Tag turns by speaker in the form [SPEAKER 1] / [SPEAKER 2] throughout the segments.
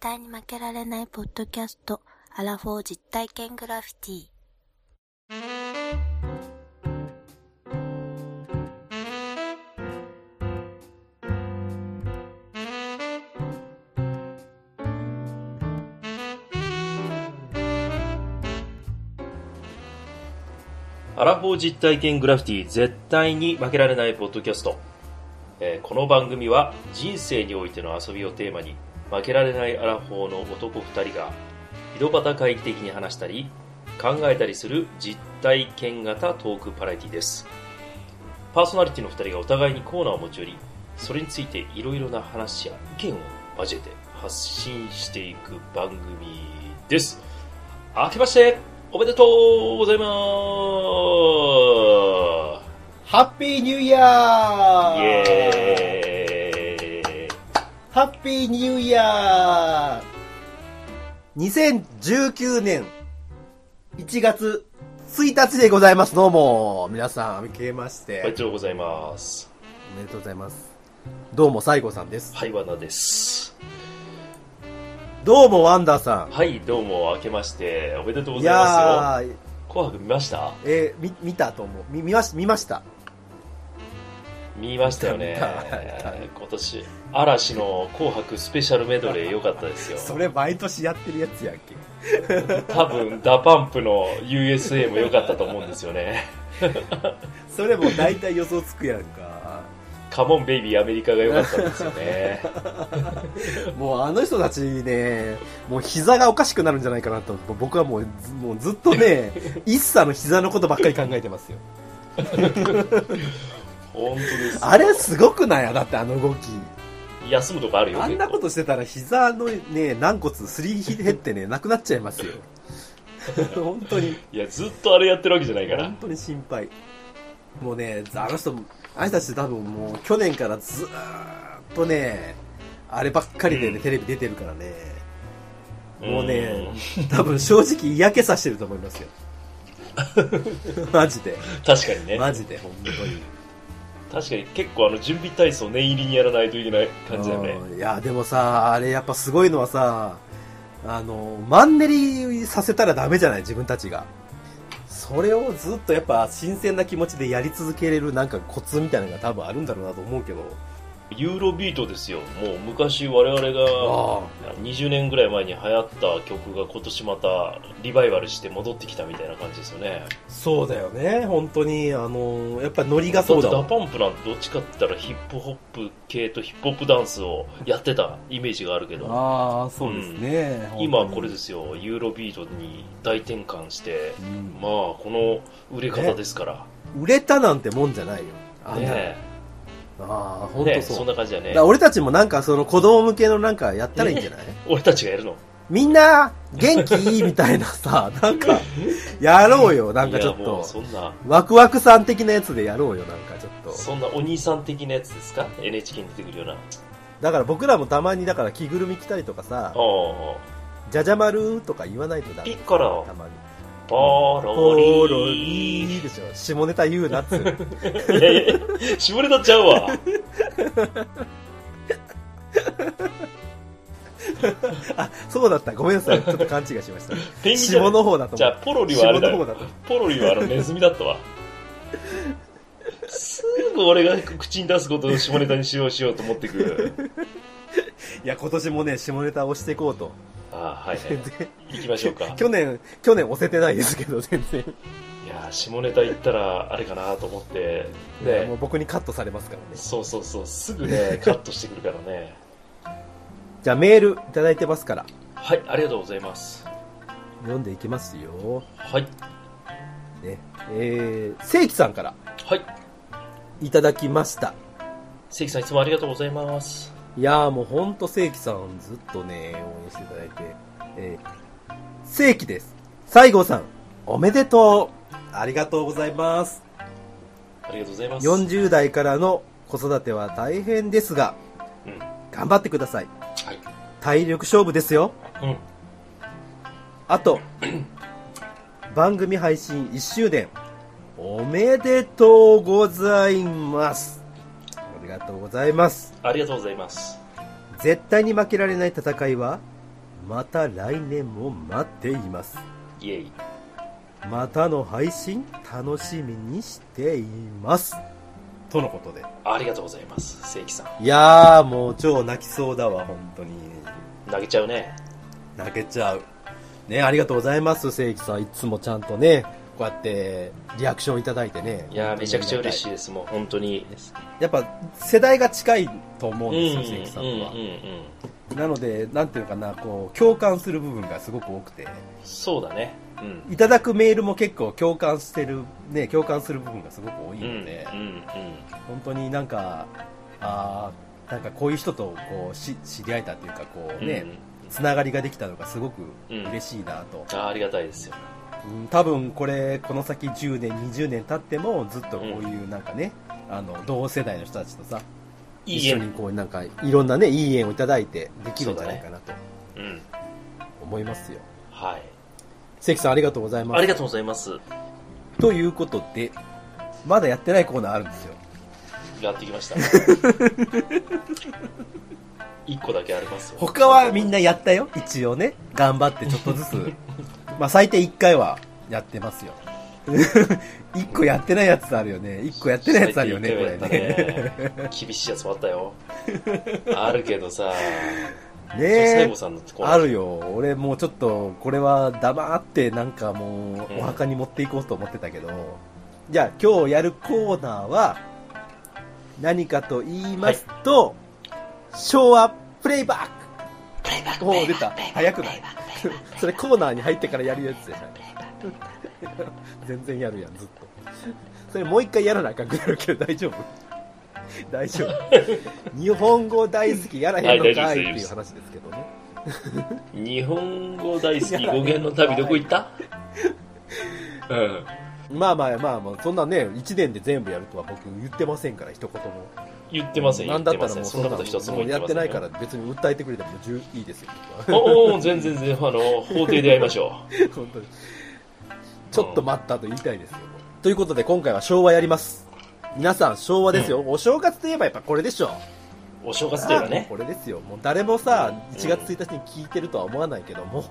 [SPEAKER 1] 対に負けられないポッドキャスト、アラフォー実体験グラフィティ。
[SPEAKER 2] アラフォー実体験グラフィティ絶対に負けられないポッドキャスト、えーこの番組は人生においての遊びをテーマに負けられないアラフォーの男2人が井戸端会議的に話したり考えたりする実体験型トークパラエティですパーソナリティの2人がお互いにコーナーを持ち寄りそれについていろいろな話や意見を交えて発信していく番組です明けましておめでとうございま
[SPEAKER 3] ハッピーニューイヤ
[SPEAKER 2] すイ
[SPEAKER 3] ー
[SPEAKER 2] エーイ
[SPEAKER 3] ハッピーニューイヤー !2019 年1月1日でございます。どうも、皆さん、明けまし
[SPEAKER 2] おめ
[SPEAKER 3] て
[SPEAKER 2] で。とうございます
[SPEAKER 3] おめでとうございます。どうも、西郷さんです。
[SPEAKER 2] はいわなです
[SPEAKER 3] どうも、ワンダーさ。
[SPEAKER 2] はいどうも明けましておめでとうんございますよ
[SPEAKER 3] いやー、
[SPEAKER 2] 紅白見ました
[SPEAKER 3] えー、み、見たと思う。み、見まし、見ました。
[SPEAKER 2] 見ましたよね
[SPEAKER 3] 見た見た
[SPEAKER 2] 今年嵐の紅白スペシャルメドレー良かったです よ
[SPEAKER 3] れ、毎年やってるやつやっけ。
[SPEAKER 2] 多分ダパンプの USA も良かったと思うんですよね
[SPEAKER 3] それも大体予想つくやんか。
[SPEAKER 2] カモンベイビーアメリカが良かったんですよ ね
[SPEAKER 3] もうあの人たちね、もう膝がおかしくなるんじゃないかなと、僕はもうずもうずっとね、一茶の膝のことばっかり考えてますよ。
[SPEAKER 2] 本当ですよ
[SPEAKER 3] あれすごくないだってあの動き。
[SPEAKER 2] 休むとこあるよ
[SPEAKER 3] あんなことしてたら膝のね、軟骨すり減ってね、なくなっちゃいますよ。本当に、
[SPEAKER 2] いやずっとあれやってるわけじゃないから
[SPEAKER 3] 本当に心配。もうね、あの人、あの人たち多分もう去年からずーっとね、あればっかりでね、
[SPEAKER 2] うん
[SPEAKER 3] テレビ出てるからね、もうね
[SPEAKER 2] ん、
[SPEAKER 3] 多分正直嫌気さしてると思い ますよ。マジで。
[SPEAKER 2] 確かにね
[SPEAKER 3] マジで、本当に。
[SPEAKER 2] 確かに結構あの準備体操念入りにやらないといけない感じだよね
[SPEAKER 3] うんいや、でもさ、あれやっぱすごいのはさ、あの、マンネリさせたらダメじゃない自分たちが。それをずっとやっぱ新鮮な気持ちでやり続けれるなんかコツみたいなのが多分あるんだろうなと思うけど。
[SPEAKER 2] ユーロビートですよもう昔我々が
[SPEAKER 3] あ
[SPEAKER 2] 20年ぐらい前に流行った曲が今年またリバイバルして戻ってきたみたいな感じですよね
[SPEAKER 3] そうだよね、本当に。あの、やっぱノリがそうだ
[SPEAKER 2] だ
[SPEAKER 3] も
[SPEAKER 2] っ
[SPEAKER 3] ん
[SPEAKER 2] てダパンプなんてどっちかって言ったらヒップホップ系とヒップホップダンスをやってたイメージがあるけど
[SPEAKER 3] ああ、そうですね。。
[SPEAKER 2] 今これですすよユーロビートに大転換して
[SPEAKER 3] うん
[SPEAKER 2] まあこの売れ方ですから
[SPEAKER 3] 売れたなんてもんじゃないよ。あんな
[SPEAKER 2] ね
[SPEAKER 3] ああ、
[SPEAKER 2] え
[SPEAKER 3] 本
[SPEAKER 2] ねえ
[SPEAKER 3] 当
[SPEAKER 2] そ
[SPEAKER 3] そ
[SPEAKER 2] ん
[SPEAKER 3] う。
[SPEAKER 2] な感じだ
[SPEAKER 3] だ
[SPEAKER 2] ね
[SPEAKER 3] から俺たちもなんかその子供向けのなんかやったらいいんじゃない
[SPEAKER 2] 俺たちがやるの
[SPEAKER 3] みんな、元気いいみたい なさ、なんか、やろうよ、なんかちょっ
[SPEAKER 2] いやもう
[SPEAKER 3] と。
[SPEAKER 2] そんな
[SPEAKER 3] ワクワクさん的なやつでやろうよ、なんかちょっと。
[SPEAKER 2] そんなお兄さん的なやつですか NHK に出てくるような
[SPEAKER 3] だから僕らもたまに、だから着ぐるみ着たりとかさ、
[SPEAKER 2] あ
[SPEAKER 3] じゃじゃ丸とか言わないとダ
[SPEAKER 2] あ
[SPEAKER 3] メ
[SPEAKER 2] ピ。ッコロ
[SPEAKER 3] たまに。
[SPEAKER 2] ポロ
[SPEAKER 3] おろ
[SPEAKER 2] リ
[SPEAKER 3] いいでしょ。下ネタ言うなっつ う。
[SPEAKER 2] いやいや絞れたっちゃうわ
[SPEAKER 3] あ、そうだった。ごめんなさい。ちょっと勘違いしました。
[SPEAKER 2] ペンギンじゃな
[SPEAKER 3] 下
[SPEAKER 2] い
[SPEAKER 3] の方だと
[SPEAKER 2] じゃ
[SPEAKER 3] 思
[SPEAKER 2] あ
[SPEAKER 3] う。
[SPEAKER 2] ポロリはあれだ
[SPEAKER 3] 下の
[SPEAKER 2] よ
[SPEAKER 3] 方だと思う
[SPEAKER 2] ポロリはあのネズミだったわすぐ俺が口に出すことを下ネタにしようしようと思ってく
[SPEAKER 3] いや、今年もね、下ネタをしていこうと。
[SPEAKER 2] ああはいは
[SPEAKER 3] 全
[SPEAKER 2] い行きましょうか
[SPEAKER 3] 然、去年、去年押せてないですけど、全然。
[SPEAKER 2] いやー下ネタ言ったらあれかなと思って
[SPEAKER 3] いやもう
[SPEAKER 2] ね
[SPEAKER 3] 僕にカットされますからね。
[SPEAKER 2] そうそうそうすぐねカットしてくるからね
[SPEAKER 3] じゃあメールいただいてますから。
[SPEAKER 2] はいありがとうございます
[SPEAKER 3] 読んでいきますよ。
[SPEAKER 2] はい
[SPEAKER 3] ね。えー、正規さんから
[SPEAKER 2] はい
[SPEAKER 3] いただきました。
[SPEAKER 2] 関さんいつもありがとうございます
[SPEAKER 3] いやーもうほんと正規さんずっとね、応援していただいて。えー、正規です。西郷さん、おめでとう。ありがとうございます。
[SPEAKER 2] ありがとうございます
[SPEAKER 3] 40代からの子育ては大変ですが、
[SPEAKER 2] うん
[SPEAKER 3] 頑張ってください。
[SPEAKER 2] はい
[SPEAKER 3] 体力勝負ですよ。
[SPEAKER 2] うん
[SPEAKER 3] あ と、番組配信1周年、おめでとうございます。ありがとうございます。
[SPEAKER 2] ありがとうございます
[SPEAKER 3] 絶対に負けられない戦いは、また来年も待っています。
[SPEAKER 2] イエイ。
[SPEAKER 3] またの配信楽しみにしています。とのことで。
[SPEAKER 2] ありがとうございます。正規さ
[SPEAKER 3] いやーもう超泣きそうだわ、本当に。
[SPEAKER 2] ん。投げちゃうね。
[SPEAKER 3] 泣けちゃう。ね、ありがとうございます、正規さん。いつもちゃんとね、こうやってリアクションいただいてね。
[SPEAKER 2] いやーめちゃくちゃ嬉し
[SPEAKER 3] い。
[SPEAKER 2] いです。もう本当に。
[SPEAKER 3] やっぱ世代が近いと思
[SPEAKER 2] う
[SPEAKER 3] うん
[SPEAKER 2] ん
[SPEAKER 3] で
[SPEAKER 2] う
[SPEAKER 3] す
[SPEAKER 2] ん
[SPEAKER 3] よ、正規さんとは
[SPEAKER 2] うんう。ん。
[SPEAKER 3] なので、なんていうのかな、こう、共感する部分がすごく多くて、
[SPEAKER 2] そうだね。うん。
[SPEAKER 3] いただくメールも結構共感してる、ね、共感する部分がすごく多い
[SPEAKER 2] うんうんう
[SPEAKER 3] の
[SPEAKER 2] ん
[SPEAKER 3] で、本当になんか、あーなんかこういう人とこうし知り合えたというか、こ
[SPEAKER 2] う。
[SPEAKER 3] うんね、つながりができたのがすごく
[SPEAKER 2] うん
[SPEAKER 3] 嬉しいなと。
[SPEAKER 2] あーありがたいですよ。
[SPEAKER 3] うん多分これ、この先10年、20年経っても、ずっとこういうなんかね、あの、同世代の人たちとさ、
[SPEAKER 2] いい
[SPEAKER 3] 一緒に
[SPEAKER 2] 縁。
[SPEAKER 3] こうなんか、いろんなね、いい縁をいただいてできるんじゃないかなと
[SPEAKER 2] うん。
[SPEAKER 3] 思いますよ。
[SPEAKER 2] はい。
[SPEAKER 3] 関さんありがとうございます。
[SPEAKER 2] ありがとうございます。
[SPEAKER 3] ということで、まだやってないコーナーあるんですよ。
[SPEAKER 2] やってきました。 一個だけありますよ。
[SPEAKER 3] 他はみんなやったよ。一応ね、頑張ってちょっとずつ。 まあ最低1回はやってますよ。1個やってないやつあるよね。1個やってないやつあるよね、これ
[SPEAKER 2] 最近一
[SPEAKER 3] ね。
[SPEAKER 2] 回もやったね厳しいやつもあったよ。あるけどさ、
[SPEAKER 3] ね
[SPEAKER 2] 最
[SPEAKER 3] え
[SPEAKER 2] 後。さんのところ
[SPEAKER 3] あるよ。俺もうちょっと、これは黙ってなんかもう
[SPEAKER 2] うん、
[SPEAKER 3] お墓に持っていこうと思ってたけど。じゃあ今日やるコーナーは、何かと言いますと、昭和プレイバック
[SPEAKER 1] プレイバッ
[SPEAKER 3] おー出た早くないそれコーナーに入ってからやるやつじゃない全然やるやんずっとそれもう一回やらなあかんくなるけど大丈夫大丈夫日本語大好きやらへんのかいっていう話ですけどね
[SPEAKER 2] 日本語大好き語源の旅どこ行ったうん。
[SPEAKER 3] まあまあまあまあそんなね1年で全部やるとは僕言ってませんから一言も
[SPEAKER 2] 言ってません、言
[SPEAKER 3] な
[SPEAKER 2] っ
[SPEAKER 3] んだってた
[SPEAKER 2] ませ。
[SPEAKER 3] らもうん
[SPEAKER 2] そんなこと一つも言って
[SPEAKER 3] やっ
[SPEAKER 2] ま
[SPEAKER 3] て
[SPEAKER 2] せん。
[SPEAKER 3] ないから別に訴えてくれても十いいですよ 僕は
[SPEAKER 2] おお全然全然、あの、法廷で会いましょう。
[SPEAKER 3] 本当にちょっと待ったと言いたいですよということで今回は昭和やります皆さん昭和ですよ、お正月といえばやっぱこれでしょ
[SPEAKER 2] お正月というかね
[SPEAKER 3] こ。れですよ。もう誰もさ、
[SPEAKER 2] うん
[SPEAKER 3] 1月1日に聞いてるとは思わないけども、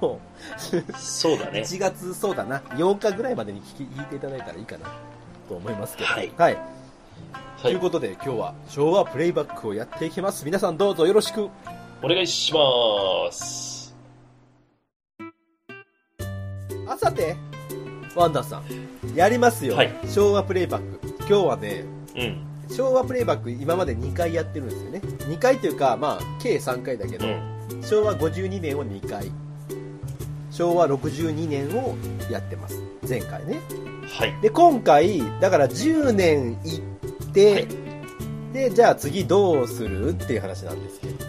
[SPEAKER 2] そうだね。
[SPEAKER 3] 1月、そうだな、8日ぐらいまでに聞き聞いていただいたらいいかな、と思いますけど。
[SPEAKER 2] はい
[SPEAKER 3] と、
[SPEAKER 2] はいいう
[SPEAKER 3] ことで、今日は昭和プレイバックをやっていきます。皆さんどうぞよろしく。
[SPEAKER 2] お願いします。
[SPEAKER 3] あさて、ワンダーさん、やりますよ。
[SPEAKER 2] はい
[SPEAKER 3] 昭和プレイバック。今日はね、
[SPEAKER 2] うん、
[SPEAKER 3] 昭和プレイバック今まで2回やってるんですよね。2回というか、まあ、計3回だけ
[SPEAKER 2] う
[SPEAKER 3] ど、
[SPEAKER 2] ん。
[SPEAKER 3] 昭和52年を2回昭和62年をやってます前回ね
[SPEAKER 2] はい。
[SPEAKER 3] で今回だから10年いって、
[SPEAKER 2] はい
[SPEAKER 3] でじゃあ次どうするっていう話なんですけど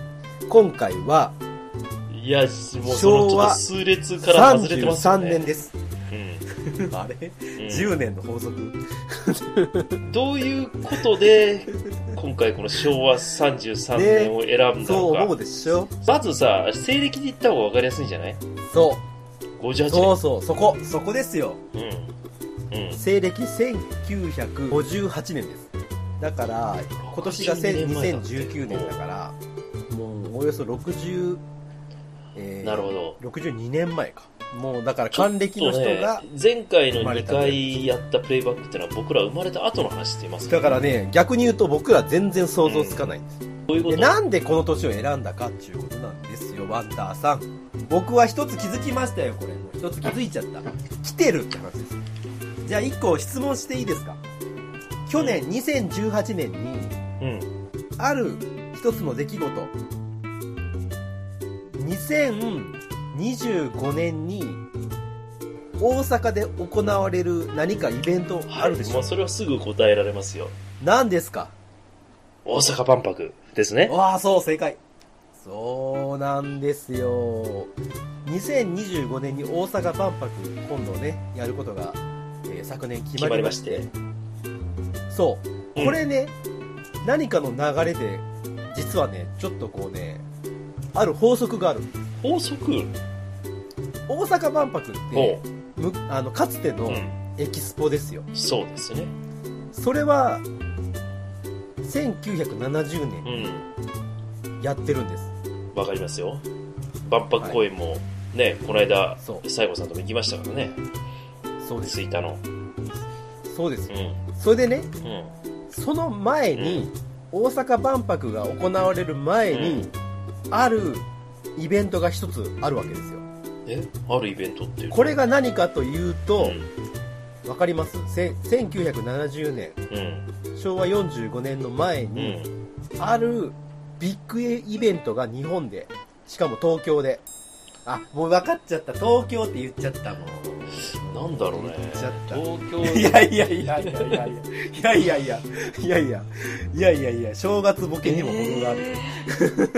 [SPEAKER 3] 今回はい
[SPEAKER 2] や、もうそのちょっと数列から外れてますよ
[SPEAKER 3] 33
[SPEAKER 2] ね。
[SPEAKER 3] 年です、
[SPEAKER 2] うん
[SPEAKER 3] あれ、
[SPEAKER 2] うん
[SPEAKER 3] 10年の法則
[SPEAKER 2] どういうことで、今回この昭和33年を選んだ
[SPEAKER 3] そう思
[SPEAKER 2] の
[SPEAKER 3] う
[SPEAKER 2] か。
[SPEAKER 3] でしょ
[SPEAKER 2] まずさ、西暦で言った方が分かりやすいんじゃない
[SPEAKER 3] そう
[SPEAKER 2] ?58
[SPEAKER 3] そう
[SPEAKER 2] 年。
[SPEAKER 3] そうそこそこですよ
[SPEAKER 2] うん。うん。
[SPEAKER 3] 西暦1958年ですだから今年が
[SPEAKER 2] 52年前だって
[SPEAKER 3] 2019年だからもうおよそ60、えー
[SPEAKER 2] なるほど。
[SPEAKER 3] 62年前かもうだから還暦の人
[SPEAKER 2] ち
[SPEAKER 3] が、
[SPEAKER 2] ょっとね前回の2回やったプレイバックってのは僕ら生まれた後の話って言います、
[SPEAKER 3] だかららね逆に言うと僕ら全然想像つかないんです、
[SPEAKER 2] こういうこ
[SPEAKER 3] で
[SPEAKER 2] と
[SPEAKER 3] なんでこの年を選んだかっていうことなんですよワンダーさん僕は一つ気づきましたよこれもう一つ気づいちゃった来てるって話ですじゃあ一個質問していいですか去年2018年に
[SPEAKER 2] うん。
[SPEAKER 3] ある一つの出来事2025年に大阪で行われる何かイベントあるでし
[SPEAKER 2] も
[SPEAKER 3] ょ
[SPEAKER 2] うそれはすぐ答えられますよ。
[SPEAKER 3] 何ですか
[SPEAKER 2] 大阪万博ですね。
[SPEAKER 3] わあそう正解そうなんですよ2025年に大阪万博今度ねやることが、えー昨年決まりまして
[SPEAKER 2] 決
[SPEAKER 3] そう
[SPEAKER 2] うん
[SPEAKER 3] これね、何かの流れで実はねちょっとこうねある法則がある
[SPEAKER 2] 法則
[SPEAKER 3] 大阪万博って
[SPEAKER 2] ほ
[SPEAKER 3] むあのかつて
[SPEAKER 2] う。う
[SPEAKER 3] の
[SPEAKER 2] ん。
[SPEAKER 3] エキスポですよ、
[SPEAKER 2] そうですね。
[SPEAKER 3] それは1970
[SPEAKER 2] う
[SPEAKER 3] 年
[SPEAKER 2] ん。
[SPEAKER 3] やってるんです、
[SPEAKER 2] わかりますよ。万博公園もね、この間
[SPEAKER 3] そ、う
[SPEAKER 2] 西郷さんとも行きましたからね、
[SPEAKER 3] そうです
[SPEAKER 2] 吹田の。
[SPEAKER 3] そうです
[SPEAKER 2] う
[SPEAKER 3] よ
[SPEAKER 2] ん、
[SPEAKER 3] それでね
[SPEAKER 2] うん、
[SPEAKER 3] その前に、大阪万博が行われる前に、あるイベントが一つあるわけですよ
[SPEAKER 2] えあるイベントっていう
[SPEAKER 3] これが何かという
[SPEAKER 2] う
[SPEAKER 3] と、
[SPEAKER 2] ん、
[SPEAKER 3] わかりますせ1970年
[SPEAKER 2] うん、
[SPEAKER 3] 昭和45年の前
[SPEAKER 2] う
[SPEAKER 3] に、
[SPEAKER 2] ん。
[SPEAKER 3] あるビッグイベントが日本でしかも東京であもう分かっちゃった東京って言っちゃったも
[SPEAKER 2] なんだろうね
[SPEAKER 3] 言っちゃった
[SPEAKER 2] 東京
[SPEAKER 3] いやいやいやいやいやいやいやいやいやいやいやいやいやいや正月ボケにも程がある、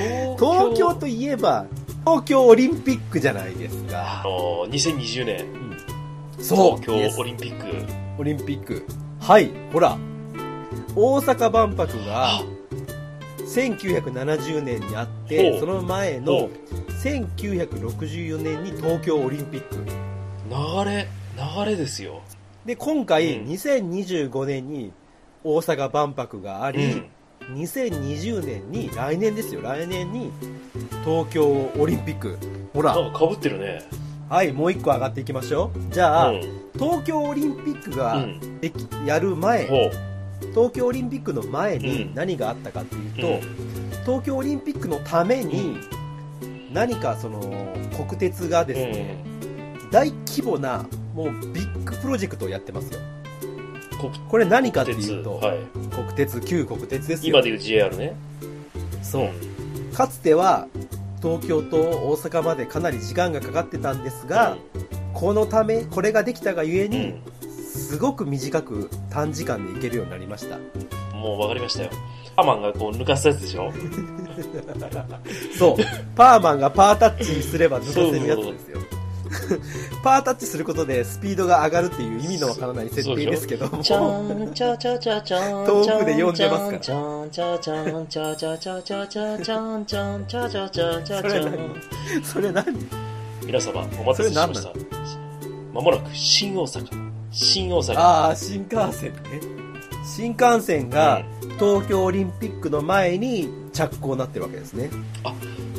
[SPEAKER 2] えー
[SPEAKER 3] 東京といえば東京オリンピックじゃないです
[SPEAKER 2] あ
[SPEAKER 3] か
[SPEAKER 2] の2020年東京オリンピック
[SPEAKER 3] オリンピックはいほら大阪万博が
[SPEAKER 2] あ
[SPEAKER 3] 1970年にあっ
[SPEAKER 2] ほ
[SPEAKER 3] て
[SPEAKER 2] う
[SPEAKER 3] その前
[SPEAKER 2] の
[SPEAKER 3] の1964年に東京オリンピック
[SPEAKER 2] 流れ流れですよ、
[SPEAKER 3] で今回、
[SPEAKER 2] うん
[SPEAKER 3] 2025年に大阪万博があ
[SPEAKER 2] う
[SPEAKER 3] り
[SPEAKER 2] ん、、
[SPEAKER 3] 2020年に来年ですよ来年に東京オリンピックほ
[SPEAKER 2] な
[SPEAKER 3] ら
[SPEAKER 2] んかかぶってるね
[SPEAKER 3] はいもう一個上がっていきましょうじゃあ、
[SPEAKER 2] うん
[SPEAKER 3] 東京オリンピック
[SPEAKER 2] う
[SPEAKER 3] が
[SPEAKER 2] ん
[SPEAKER 3] できやる前、
[SPEAKER 2] ほ
[SPEAKER 3] 東京オリンピックの前
[SPEAKER 2] うん
[SPEAKER 3] に何があったかっていうと、
[SPEAKER 2] うん
[SPEAKER 3] 東京オリンピックのために何かその国鉄が
[SPEAKER 2] う、
[SPEAKER 3] ですね、大規模なもうビッグプロジェクトをやってますよ
[SPEAKER 2] 国
[SPEAKER 3] これ何かって
[SPEAKER 2] 鉄
[SPEAKER 3] いうと、
[SPEAKER 2] はい、
[SPEAKER 3] 国鉄旧国鉄ですよ
[SPEAKER 2] 今でいう JR ね
[SPEAKER 3] そ
[SPEAKER 2] ん
[SPEAKER 3] うかつては東京と大阪までかなり時間がかかってたんですが、このためこれができたがゆえ
[SPEAKER 2] うん、
[SPEAKER 3] に、すごく短く短時間で行けるようになりました
[SPEAKER 2] うんもう分かりましたよアマンがこう抜かすやつでしょ
[SPEAKER 3] そう。パーマンがパータッチすれば抜かせるやつですよ。パータッチすることでスピードが上がるっていう意味のわからない設定ですけども。
[SPEAKER 4] ちゃんちゃちゃちゃちゃん
[SPEAKER 3] 遠くで呼んでますから
[SPEAKER 4] ちゃんちゃちゃんちゃちゃちゃちゃちゃちゃんちゃんちゃちゃちゃちゃ
[SPEAKER 3] そ
[SPEAKER 4] ちゃ
[SPEAKER 3] れ
[SPEAKER 4] ちゃ
[SPEAKER 3] 何それ何
[SPEAKER 2] 皆様お待たせしましたまもなく新大阪新大阪
[SPEAKER 3] ああ、新幹線ね。新幹線が東京オリンピックの前に着工になってるわけですね。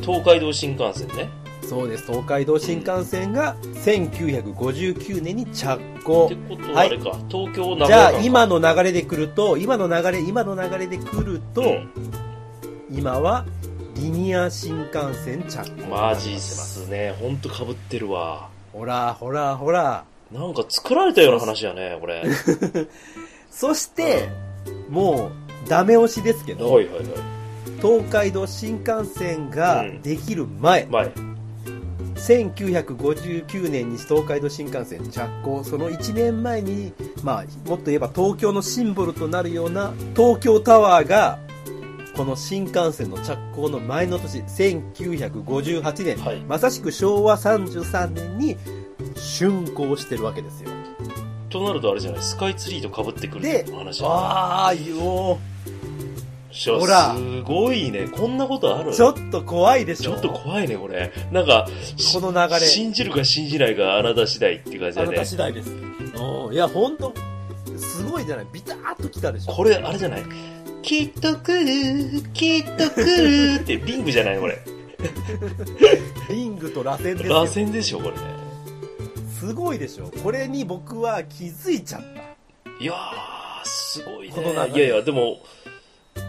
[SPEAKER 2] 東海道新幹線ね
[SPEAKER 3] そうです。東海道新幹線が1959年に着工
[SPEAKER 2] って。ことは
[SPEAKER 3] は
[SPEAKER 2] あ
[SPEAKER 3] い
[SPEAKER 2] れか、東京名
[SPEAKER 3] じ
[SPEAKER 2] 古屋
[SPEAKER 3] ゃ
[SPEAKER 2] 間
[SPEAKER 3] あ今の流れで来ると、今の流れ、今の流れで来ると、
[SPEAKER 2] うん
[SPEAKER 3] 今はリニア新幹線着工
[SPEAKER 2] マジっすねほんとかぶってるわ
[SPEAKER 3] ほらほらほら
[SPEAKER 2] なんか作られたような話やねこ れはい
[SPEAKER 3] そして、もうダメ押しですけど、
[SPEAKER 2] はいはい
[SPEAKER 3] 東海道新幹線が
[SPEAKER 2] うん
[SPEAKER 3] できる前、
[SPEAKER 2] 前
[SPEAKER 3] 1959年に東海道新幹線着工その1年前に、まあ、もっと言えば東京のシンボルとなるような東京タワーがこの新幹線の着工の前の年1958年、
[SPEAKER 2] はい
[SPEAKER 3] まさしく昭和33年に竣工してるわけですよ
[SPEAKER 2] となるとあれじゃないスカイツリーとかぶってくるって
[SPEAKER 3] で
[SPEAKER 2] 話やね
[SPEAKER 3] ああよ
[SPEAKER 2] しゃ
[SPEAKER 3] ほら
[SPEAKER 2] すごいねこんなことある
[SPEAKER 3] ちょっと怖いでし
[SPEAKER 2] ち
[SPEAKER 3] ょ
[SPEAKER 2] ょっと怖いねこれなんかし
[SPEAKER 3] この流れ
[SPEAKER 2] 信じるか信じないかあなた次第っていう感じだね
[SPEAKER 3] 次第ですうんいや本当すごいじゃないビターっと来たでしょ
[SPEAKER 2] これあれじゃないきっと来るきっと来るってリングじゃないのこれ
[SPEAKER 3] リングと螺旋ですよ
[SPEAKER 2] 螺旋でしょこれね
[SPEAKER 3] すごいでしょこれに僕は気づいちゃっ
[SPEAKER 2] いやーすごいね
[SPEAKER 3] この流
[SPEAKER 2] いや
[SPEAKER 3] れ
[SPEAKER 2] いやでも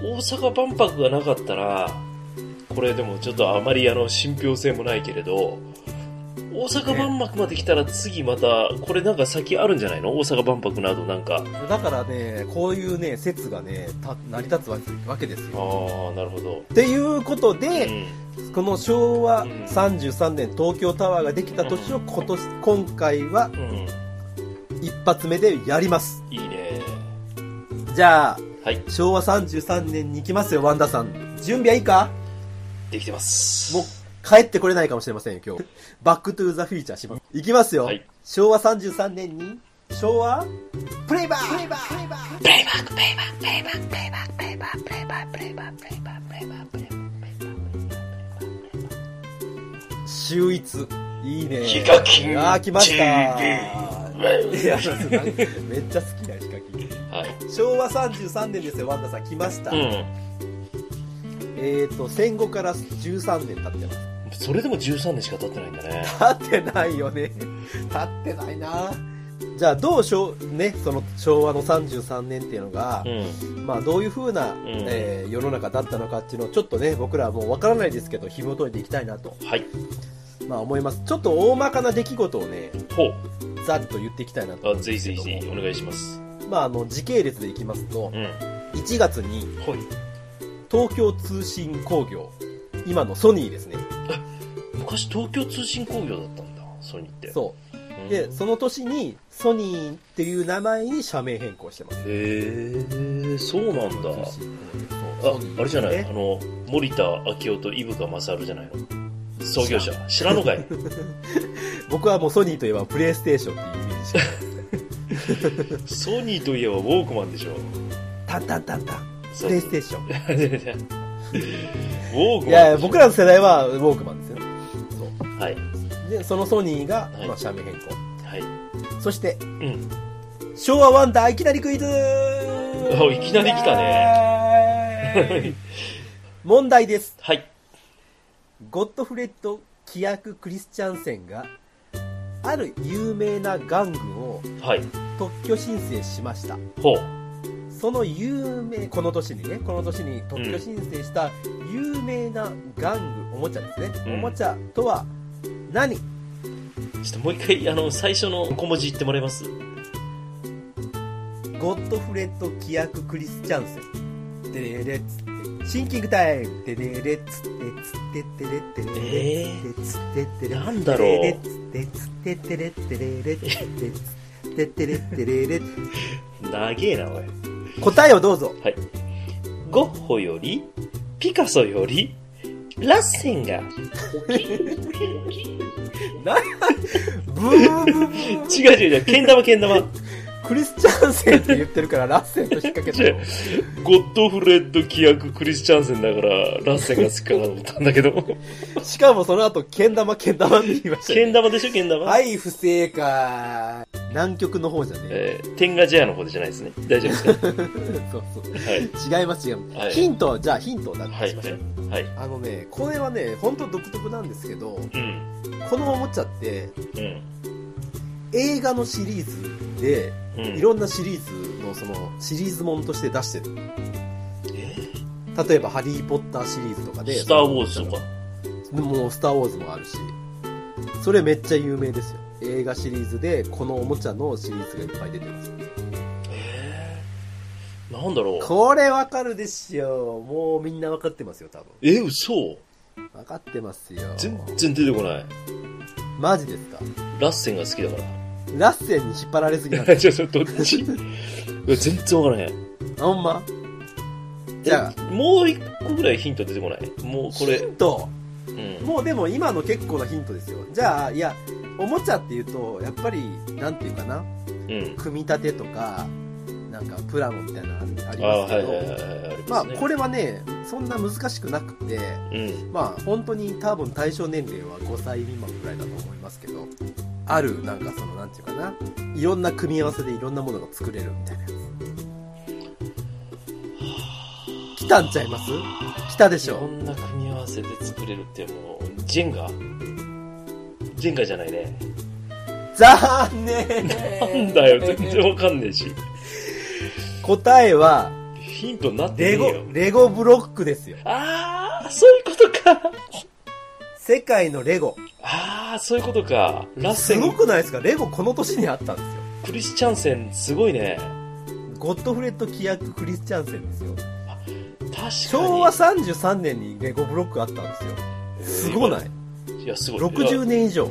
[SPEAKER 2] 大阪万博がなかったらこれでもちょっとあまりあの信憑性もないけれど大阪万博まで来たら次またこれなんか先あるんじゃないの大阪万博などなんか
[SPEAKER 3] ただからねこういうね説がねた成り立つわけわけですよ
[SPEAKER 2] ああなるほど、
[SPEAKER 3] っていうこと
[SPEAKER 2] う
[SPEAKER 3] で、
[SPEAKER 2] ん、
[SPEAKER 3] この昭和
[SPEAKER 2] うん
[SPEAKER 3] 33年東京タワーができた年を今年、今回は
[SPEAKER 2] うん、
[SPEAKER 3] 一発目でやります。
[SPEAKER 2] いいね
[SPEAKER 3] じゃあ、
[SPEAKER 2] はい
[SPEAKER 3] 昭和33年に行きますよ、ワンダさん。準備はいいか
[SPEAKER 2] できてます
[SPEAKER 3] もう帰ってこれないかもしれませんよ、今 日。バックトゥーザフューチャーします。行きますよ。
[SPEAKER 2] はい
[SPEAKER 3] 昭和33年に、昭和プレイバー秀逸。いいね。
[SPEAKER 2] ヒカキン
[SPEAKER 3] ああ、来ました。
[SPEAKER 2] TV
[SPEAKER 3] いや、めっちゃ好きなヒカキン。
[SPEAKER 2] はい
[SPEAKER 3] 昭和33年ですよ、ワンダさん。来ました。
[SPEAKER 2] うん
[SPEAKER 3] ええー、と戦後から13年経ってます
[SPEAKER 2] それでも13年しか経ってないんだね
[SPEAKER 3] 経ってないよね経ってないなじゃあどうしょう、ね、その昭和の33年っていうのが、
[SPEAKER 2] う
[SPEAKER 3] まあ、どういう風な、えー世の中だったのかっていうのをちょっとね僕らはもう分からないですけど紐解いていきたいなと、
[SPEAKER 2] んはい
[SPEAKER 3] まあ、思いますちょっと大まかな出来事をね
[SPEAKER 2] ほ
[SPEAKER 3] ざっと言っていきたいなと
[SPEAKER 2] うあ
[SPEAKER 3] 思うん
[SPEAKER 2] ぜ
[SPEAKER 3] で
[SPEAKER 2] ひ
[SPEAKER 3] す
[SPEAKER 2] ぜ
[SPEAKER 3] け
[SPEAKER 2] ひ
[SPEAKER 3] ども
[SPEAKER 2] ぜひお願いします
[SPEAKER 3] まあ、あの時系列でいきますと
[SPEAKER 2] うん
[SPEAKER 3] 1月に
[SPEAKER 2] ほい
[SPEAKER 3] 東京通信工業今のソニーですね
[SPEAKER 2] 昔東京通信工業だったんだソニーって
[SPEAKER 3] そううんでその年にソニーっていう名前に社名変更してます
[SPEAKER 2] へえそうなんだ
[SPEAKER 3] 通信
[SPEAKER 2] あ
[SPEAKER 3] 工業そう
[SPEAKER 2] あれじゃない、
[SPEAKER 3] ね
[SPEAKER 2] あの森田昭夫と伊深勝じゃないの創業者知らんのかい
[SPEAKER 3] 僕はもうソニーといえばプレイステーションっていうイメージし かない
[SPEAKER 2] ソニーといえばウォークマンでしょ
[SPEAKER 3] タンタンタンタン
[SPEAKER 2] そ
[SPEAKER 3] プ
[SPEAKER 2] う
[SPEAKER 3] レイステーショ ン
[SPEAKER 2] ウォークマン
[SPEAKER 3] いやいや僕らの世代はウォークマンですよね
[SPEAKER 2] はい
[SPEAKER 3] そうでそのソニーが、
[SPEAKER 2] はい
[SPEAKER 3] まあ、社名変更
[SPEAKER 2] はい
[SPEAKER 3] そして
[SPEAKER 2] うん
[SPEAKER 3] 昭和ワンダーいきなりクイズ
[SPEAKER 2] おいきなり来た
[SPEAKER 3] ね問題です
[SPEAKER 2] はい
[SPEAKER 3] ゴッドフレッド・キヤク・クリスチャンセンが、ある有名な玩具を
[SPEAKER 2] はい
[SPEAKER 3] 特許申請しました。
[SPEAKER 2] ほう
[SPEAKER 3] その有名、この年にね、この年に特許申請した有名な玩具、おもちゃですね。
[SPEAKER 2] うん
[SPEAKER 3] おもちゃとは何
[SPEAKER 2] ちょっともう一回あの最初の小文字言ってもらえます
[SPEAKER 3] ゴッドフレッド・キヤク・クリスチャンセン。でれれっつって、シンキングタイムでれれっつって、つってってれってれれ
[SPEAKER 2] えー
[SPEAKER 3] でつってってれ
[SPEAKER 2] なんだろう
[SPEAKER 3] でつってってれってれれでつってってれってれれ
[SPEAKER 2] 長えなおい
[SPEAKER 3] 答えをどうぞ
[SPEAKER 2] はいゴッホよりピカソよりラッセンが
[SPEAKER 3] ブーブーブー
[SPEAKER 2] 違う違う違うけん玉けん玉
[SPEAKER 3] クリスチャンセンって言ってるからラッセンと引っ掛け
[SPEAKER 2] 違
[SPEAKER 3] て
[SPEAKER 2] うゴッドフレッド規約クリスチャンセンだからラッセンが好きかなと思ったんだけど
[SPEAKER 3] しかもその後けん玉けん玉って言いました
[SPEAKER 2] けん
[SPEAKER 3] ね
[SPEAKER 2] 玉でしょけん玉
[SPEAKER 3] はい不正解南極の方じゃねえ
[SPEAKER 2] えー、天下茶屋の方でじゃないですね大丈夫ですか
[SPEAKER 3] そうそう
[SPEAKER 2] はい
[SPEAKER 3] 違います違います、
[SPEAKER 2] はい
[SPEAKER 3] ヒントじゃあヒントを出
[SPEAKER 2] はい
[SPEAKER 3] しましょう、
[SPEAKER 2] はい
[SPEAKER 3] あのねこれはね本当独特なんですけど
[SPEAKER 2] うん
[SPEAKER 3] このおもちゃって
[SPEAKER 2] うん
[SPEAKER 3] 映画のシリーズで
[SPEAKER 2] うん
[SPEAKER 3] いろんなシリーズのそのシリーズもんとして出してる例えば「ハリー・ポッター」シリーズとかで「
[SPEAKER 2] スター・ウォーズとか
[SPEAKER 3] もう「スター・ウォーズ」もあるしそれめっちゃ有名ですよ映画シリーズでこのおもちゃのシリーズがいっぱい出てます
[SPEAKER 2] なんだろう
[SPEAKER 3] これわかるですよもうみんなわかってますよ多分
[SPEAKER 2] え嘘
[SPEAKER 3] わかってますよ
[SPEAKER 2] 全然出てこない
[SPEAKER 3] マジですか
[SPEAKER 2] ラッセンが好きだか
[SPEAKER 3] ラッセンに引っ張られすぎなん
[SPEAKER 2] ら
[SPEAKER 3] で
[SPEAKER 2] ちょっとどっ ちいや全然わからへん
[SPEAKER 3] すほんまじゃあ
[SPEAKER 2] えもう一個ぐらいヒント出てこないもうこれ
[SPEAKER 3] ヒント
[SPEAKER 2] うん
[SPEAKER 3] もうでも今の結構なヒントですよじゃあいやおもちゃっていうとやっぱりなんていうかな
[SPEAKER 2] うん
[SPEAKER 3] 組み立てとかなんかプラモみたいなのあるあり
[SPEAKER 2] ああ
[SPEAKER 3] ます
[SPEAKER 2] はい
[SPEAKER 3] け
[SPEAKER 2] はいはい
[SPEAKER 3] ど
[SPEAKER 2] はいあり
[SPEAKER 3] ま
[SPEAKER 2] ま
[SPEAKER 3] あ
[SPEAKER 2] すね
[SPEAKER 3] これはねそんな難しくなくて
[SPEAKER 2] うん
[SPEAKER 3] まあ本当に多分対象年齢は5歳未満ぐらいだと思いますけどあるなんかそのなんていうかないろんな組み合わせでいろんなものが作れるみたいなやつ来たんちゃいます来たでし
[SPEAKER 2] いろ
[SPEAKER 3] ょ
[SPEAKER 2] んな組み合わせで作れるってもうジェンガジェンガじゃないね
[SPEAKER 3] 残念
[SPEAKER 2] なんだよ全然わかんねえし
[SPEAKER 3] 答えは
[SPEAKER 2] ヒントになってねえ
[SPEAKER 3] レゴ
[SPEAKER 2] よ
[SPEAKER 3] レゴブロックですよ
[SPEAKER 2] ああそういうことか
[SPEAKER 3] 世界のレゴ
[SPEAKER 2] ああそういうことかラッセ
[SPEAKER 3] すご
[SPEAKER 2] ン
[SPEAKER 3] くないですかレゴこの年にあったんですよ
[SPEAKER 2] クリスチャンセンすごいね
[SPEAKER 3] ゴッドフレッド・キヤク・クリスチャンセンですよ
[SPEAKER 2] 確かに
[SPEAKER 3] 昭和33年にレゴブロックあったんですよすごない
[SPEAKER 2] いやすごい
[SPEAKER 3] 60年以上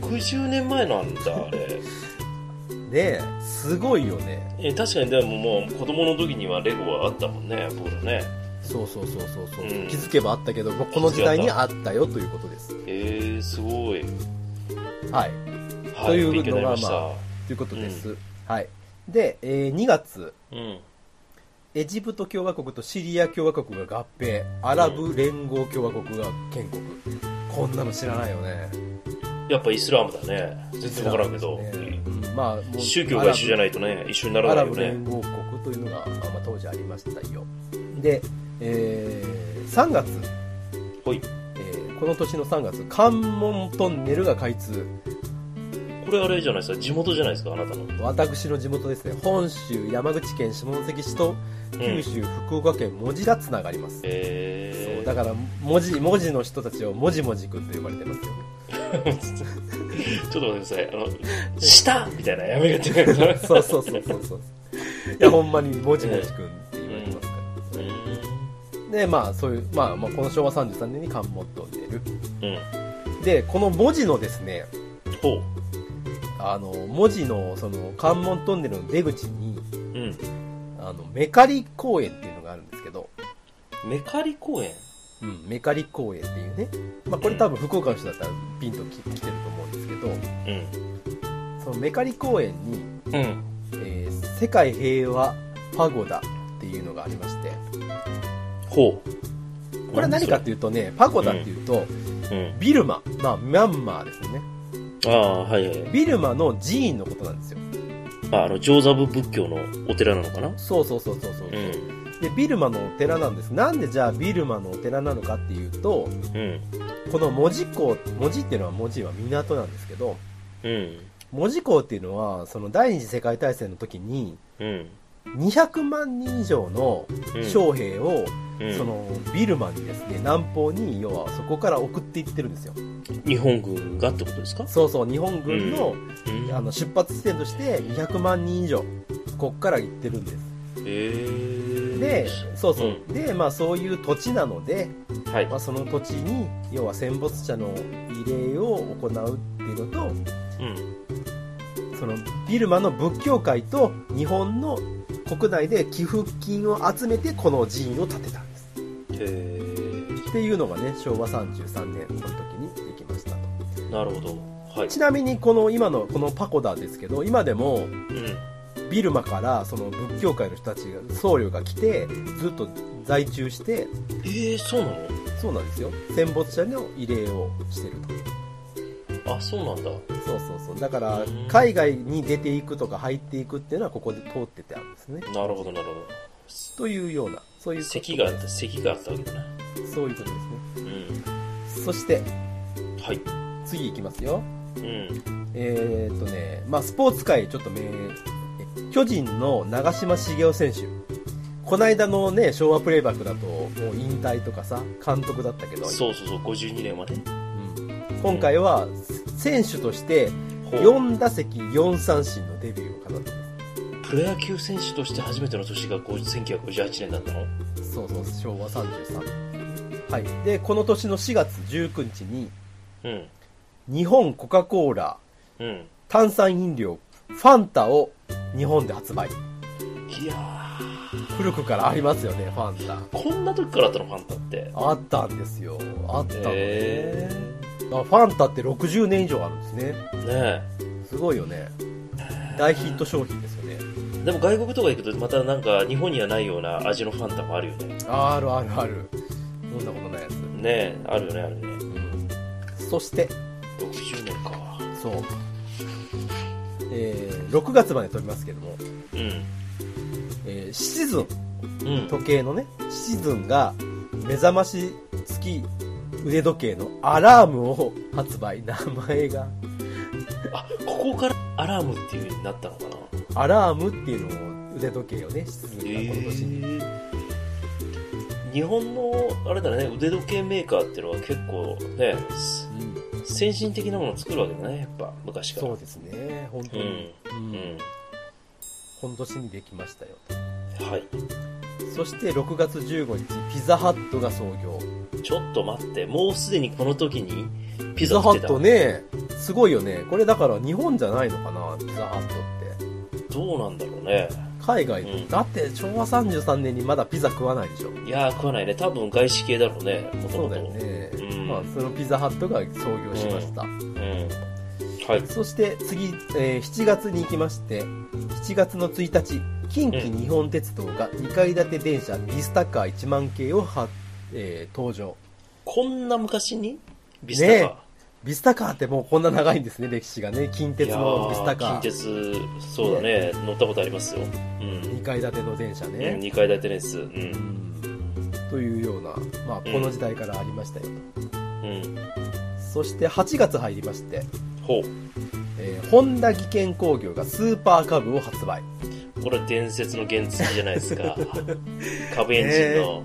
[SPEAKER 2] 60年前なんだあれ
[SPEAKER 3] ねえすごいよね
[SPEAKER 2] え確かにでももう子供の時にはレゴはあったもんね僕らね
[SPEAKER 3] そうそうそうそうそう、
[SPEAKER 2] うん
[SPEAKER 3] 気づけばあったけどまあこの時代にあったよということです
[SPEAKER 2] えー、すごい、
[SPEAKER 3] はい
[SPEAKER 2] はい、
[SPEAKER 3] というの
[SPEAKER 2] 勉
[SPEAKER 3] が
[SPEAKER 2] 強になりました、
[SPEAKER 3] まということです、はいで、えー2月
[SPEAKER 2] うん
[SPEAKER 3] エジプト共和国とシリア共和国が合併アラブ連合共和国が建国、こんなの知らないよね
[SPEAKER 2] やっぱイスラムだね全然分からんけど、
[SPEAKER 3] 知らないですねうんまあもう
[SPEAKER 2] 宗教が一緒じゃないとね一緒になら
[SPEAKER 3] ア
[SPEAKER 2] な
[SPEAKER 3] ラ
[SPEAKER 2] いよ
[SPEAKER 3] ブ
[SPEAKER 2] ね
[SPEAKER 3] 連合国というのが、まあ、当時ありましたよで、え3月、
[SPEAKER 2] ほい。
[SPEAKER 3] えーこの年の3月関門トンネルが開通
[SPEAKER 2] これあれじゃないですか、地元じゃないですか、あなたの。
[SPEAKER 3] 私の地元ですね本州山口県下関市と
[SPEAKER 2] うん
[SPEAKER 3] 九州、福岡県門司がつながります、
[SPEAKER 2] え
[SPEAKER 3] そう
[SPEAKER 2] ー
[SPEAKER 3] だから文字文字の人たちを文字文字くんと呼ばれてます よ
[SPEAKER 2] ちょっと待ってください。あの、下みたいなやめがて ない
[SPEAKER 3] そうそうそうそうそういやほんまに文字文字くんって言われてますから、でまあそういう、まあ、まあこの昭和33年に関門トンネル
[SPEAKER 2] うん。
[SPEAKER 3] でこの文字のですね
[SPEAKER 2] ほ
[SPEAKER 3] あの文字のその関門トンネルの出口に
[SPEAKER 2] う。うん。
[SPEAKER 3] あのメカリ公園っていうのがあるんですけど、
[SPEAKER 2] メカリ公園
[SPEAKER 3] うん、メカリ公園っていうね、まあ、これ多分福岡の人だったらピンとき来てると思うんですけど
[SPEAKER 2] う
[SPEAKER 3] そのメカリ公園に、
[SPEAKER 2] ん。うん。
[SPEAKER 3] えー世界平和パゴダっていうのがありまして
[SPEAKER 2] ほう。
[SPEAKER 3] これは何かっていうとねパゴダっていうと
[SPEAKER 2] なんでそれうん。
[SPEAKER 3] ビルマ、まあ、ミャンマーですよね
[SPEAKER 2] ああ、はいはい。
[SPEAKER 3] ビルマの寺院のことなんですよ
[SPEAKER 2] ああの、上座部仏教のお寺なのかな
[SPEAKER 3] そうそうそうそうそう、
[SPEAKER 2] うん。
[SPEAKER 3] でビルマのお寺なんですなんでじゃあビルマのお寺なのかっていうと
[SPEAKER 2] うん。
[SPEAKER 3] この門司港門司っていうのは門司は港なんですけど
[SPEAKER 2] うん。
[SPEAKER 3] 門司港っていうのはその第二次世界大戦の時に
[SPEAKER 2] うん。
[SPEAKER 3] 200万人以上の
[SPEAKER 2] うん
[SPEAKER 3] 将兵
[SPEAKER 2] う
[SPEAKER 3] を、
[SPEAKER 2] ん
[SPEAKER 3] そのビルマにですね南方に要はそこから送っていってるんですよ
[SPEAKER 2] 日本軍がってことですか
[SPEAKER 3] そうそう日本軍の,、
[SPEAKER 2] うん
[SPEAKER 3] あの出発地点として200万人以上こっから行ってるんです
[SPEAKER 2] えー
[SPEAKER 3] でそうそう、
[SPEAKER 2] う
[SPEAKER 3] でまあそういう土地なので、
[SPEAKER 2] はい
[SPEAKER 3] まあ、その土地に要は戦没者の慰霊を行うっていうのと
[SPEAKER 2] うん
[SPEAKER 3] そのビルマの仏教界と日本の国内で寄付金を集めてこの寺院を建てたんです
[SPEAKER 2] えー
[SPEAKER 3] っていうのがね昭和33年の時にできましたと
[SPEAKER 2] なるほどはい
[SPEAKER 3] ちなみにこの今のこのパコダですけど今でも
[SPEAKER 2] うん
[SPEAKER 3] ビルマからその仏教界の人たちが僧侶が来てずっと在中して
[SPEAKER 2] えー、そうなの
[SPEAKER 3] そうなんですよ戦没者の慰霊をしてると
[SPEAKER 2] あそうなんだう
[SPEAKER 3] そうそうそうだから
[SPEAKER 2] うん
[SPEAKER 3] 海外に出ていくとか入っていくっていうのはここで通っててあるんですね
[SPEAKER 2] なるほどなるほど
[SPEAKER 3] というようなそういうこと
[SPEAKER 2] 咳があった咳があったわけだな
[SPEAKER 3] そういうことですね
[SPEAKER 2] うん
[SPEAKER 3] そして
[SPEAKER 2] はい
[SPEAKER 3] 次いきますよ
[SPEAKER 2] うん
[SPEAKER 3] えーっとねまあスポーツ界ちょっと名え巨人の長嶋茂雄選手こないだのね昭和プレイバックだともう引退とかさ監督だったけど、
[SPEAKER 2] そうそうそう52年まで
[SPEAKER 3] うん今回は選手として
[SPEAKER 2] ほう
[SPEAKER 3] 4打席4三振のデビューを飾ってま
[SPEAKER 2] プロ野球選手として初めての年が50 1958年だったの
[SPEAKER 3] すそうそう昭和33はいでこの年の4月19日に
[SPEAKER 2] うん
[SPEAKER 3] 日本コカ・コーラ
[SPEAKER 2] うん
[SPEAKER 3] 炭酸飲料ファンタを日本で発売
[SPEAKER 2] いやー
[SPEAKER 3] 古くからありますよねファンタ
[SPEAKER 2] こんな時からあったのファンタって
[SPEAKER 3] あったんですよあったのね、
[SPEAKER 2] え
[SPEAKER 3] あファンタって60年以上あるんですね
[SPEAKER 2] ー、ね
[SPEAKER 3] すごいよね大ヒット商品ですよね
[SPEAKER 2] えでも外国とか行くとまたなんか日本にはないような味のファンタもあるよね
[SPEAKER 3] あるあるある飲んだことないやつ、
[SPEAKER 2] ねえあるよねあるよね
[SPEAKER 3] そして
[SPEAKER 2] 60年か
[SPEAKER 3] そうえー6月まで飛びますけども、
[SPEAKER 2] うん
[SPEAKER 3] えーシチズン
[SPEAKER 2] うん
[SPEAKER 3] 時計のねシチズンが目覚まし付き腕時計のアラームを発売名前が
[SPEAKER 2] あここからアラームっていう風になったのかな
[SPEAKER 3] アラームっていうのを腕時計をねシチズンがこの年に、
[SPEAKER 2] 日本のあれだね腕時計メーカーっていうのは結構ねす
[SPEAKER 3] うん
[SPEAKER 2] 先進的なものを作るわけだねやっぱ昔から
[SPEAKER 3] そうですね本当
[SPEAKER 2] う
[SPEAKER 3] に、
[SPEAKER 2] ん
[SPEAKER 3] うん
[SPEAKER 2] うん
[SPEAKER 3] この年にできましたよ
[SPEAKER 2] はい
[SPEAKER 3] そして6月15日ピザハットが創業
[SPEAKER 2] ちょっと待ってもうすでにこの時にピ
[SPEAKER 3] ピ
[SPEAKER 2] ザ
[SPEAKER 3] ザハ
[SPEAKER 2] 食って
[SPEAKER 3] ッ
[SPEAKER 2] た
[SPEAKER 3] トねすごいよねこれだから日本じゃないのかなピザハットって
[SPEAKER 2] どうなんだろうね
[SPEAKER 3] 海外、
[SPEAKER 2] うん
[SPEAKER 3] だって昭和33年にまだピザ食わないでしょ
[SPEAKER 2] いやー食わないね多分外資系だろうねもと
[SPEAKER 3] そ
[SPEAKER 2] も
[SPEAKER 3] うだよ
[SPEAKER 2] と
[SPEAKER 3] ね、
[SPEAKER 2] うん
[SPEAKER 3] まあ、そのピザハットが創業しました、
[SPEAKER 2] うんはい
[SPEAKER 3] そして次、えー7月に行きまして7月の1日近畿日本鉄道が2階建て電車ビスタカー1万系をは、えー登場
[SPEAKER 2] こんな昔にビスタカー、
[SPEAKER 3] ねビスタカーってもうこんな長いんですね歴史がね近鉄のビスタカ
[SPEAKER 2] いや近
[SPEAKER 3] ー
[SPEAKER 2] 鉄そうだね乗ったことありますよ、うん
[SPEAKER 3] 2階建ての電車ね、
[SPEAKER 2] 2階建てです、うん、
[SPEAKER 3] うんというような、まあ、この時代からありましたよ、
[SPEAKER 2] うん。
[SPEAKER 3] そして8月入りまして、
[SPEAKER 2] ほ
[SPEAKER 3] えー、本田技研工業がスーパーカブを発売
[SPEAKER 2] う。これ伝説の原付じゃないです か。株エンジンの、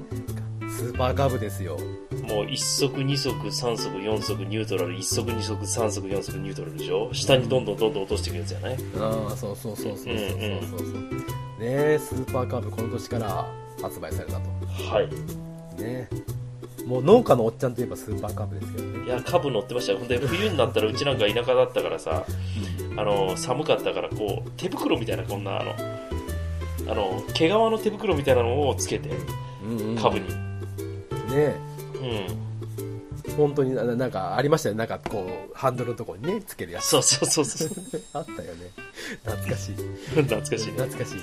[SPEAKER 3] スーパーカブですよ
[SPEAKER 2] もう1足、2足、3足、4足、ニュートラル、1足、2足、3足、4足、ニュートラルでしょ下にどんどんどんどん落としていくやつじゃない
[SPEAKER 3] ああそうそうそうそうそうそうそうそうねえスーパーカブこの年から発売されたと
[SPEAKER 2] はい。
[SPEAKER 3] ねもう農家のおっちゃんといえばスーパーカブですけどね
[SPEAKER 2] いや、株乗ってましたよ。ほんで、冬になったらうちなんか田舎だったからさ、あの、寒かったから、こう、手袋みたいな、こんな、あの、あの、毛皮の手袋みたいなのをつけて、株に。
[SPEAKER 3] ね
[SPEAKER 2] うん。
[SPEAKER 3] 本当にななんかありましたよなんかこうハンドルのとこにねつけるやつ
[SPEAKER 2] そうそうそうそう。
[SPEAKER 3] あったよね 懐かしい
[SPEAKER 2] 懐かしいね。
[SPEAKER 3] 懐かしい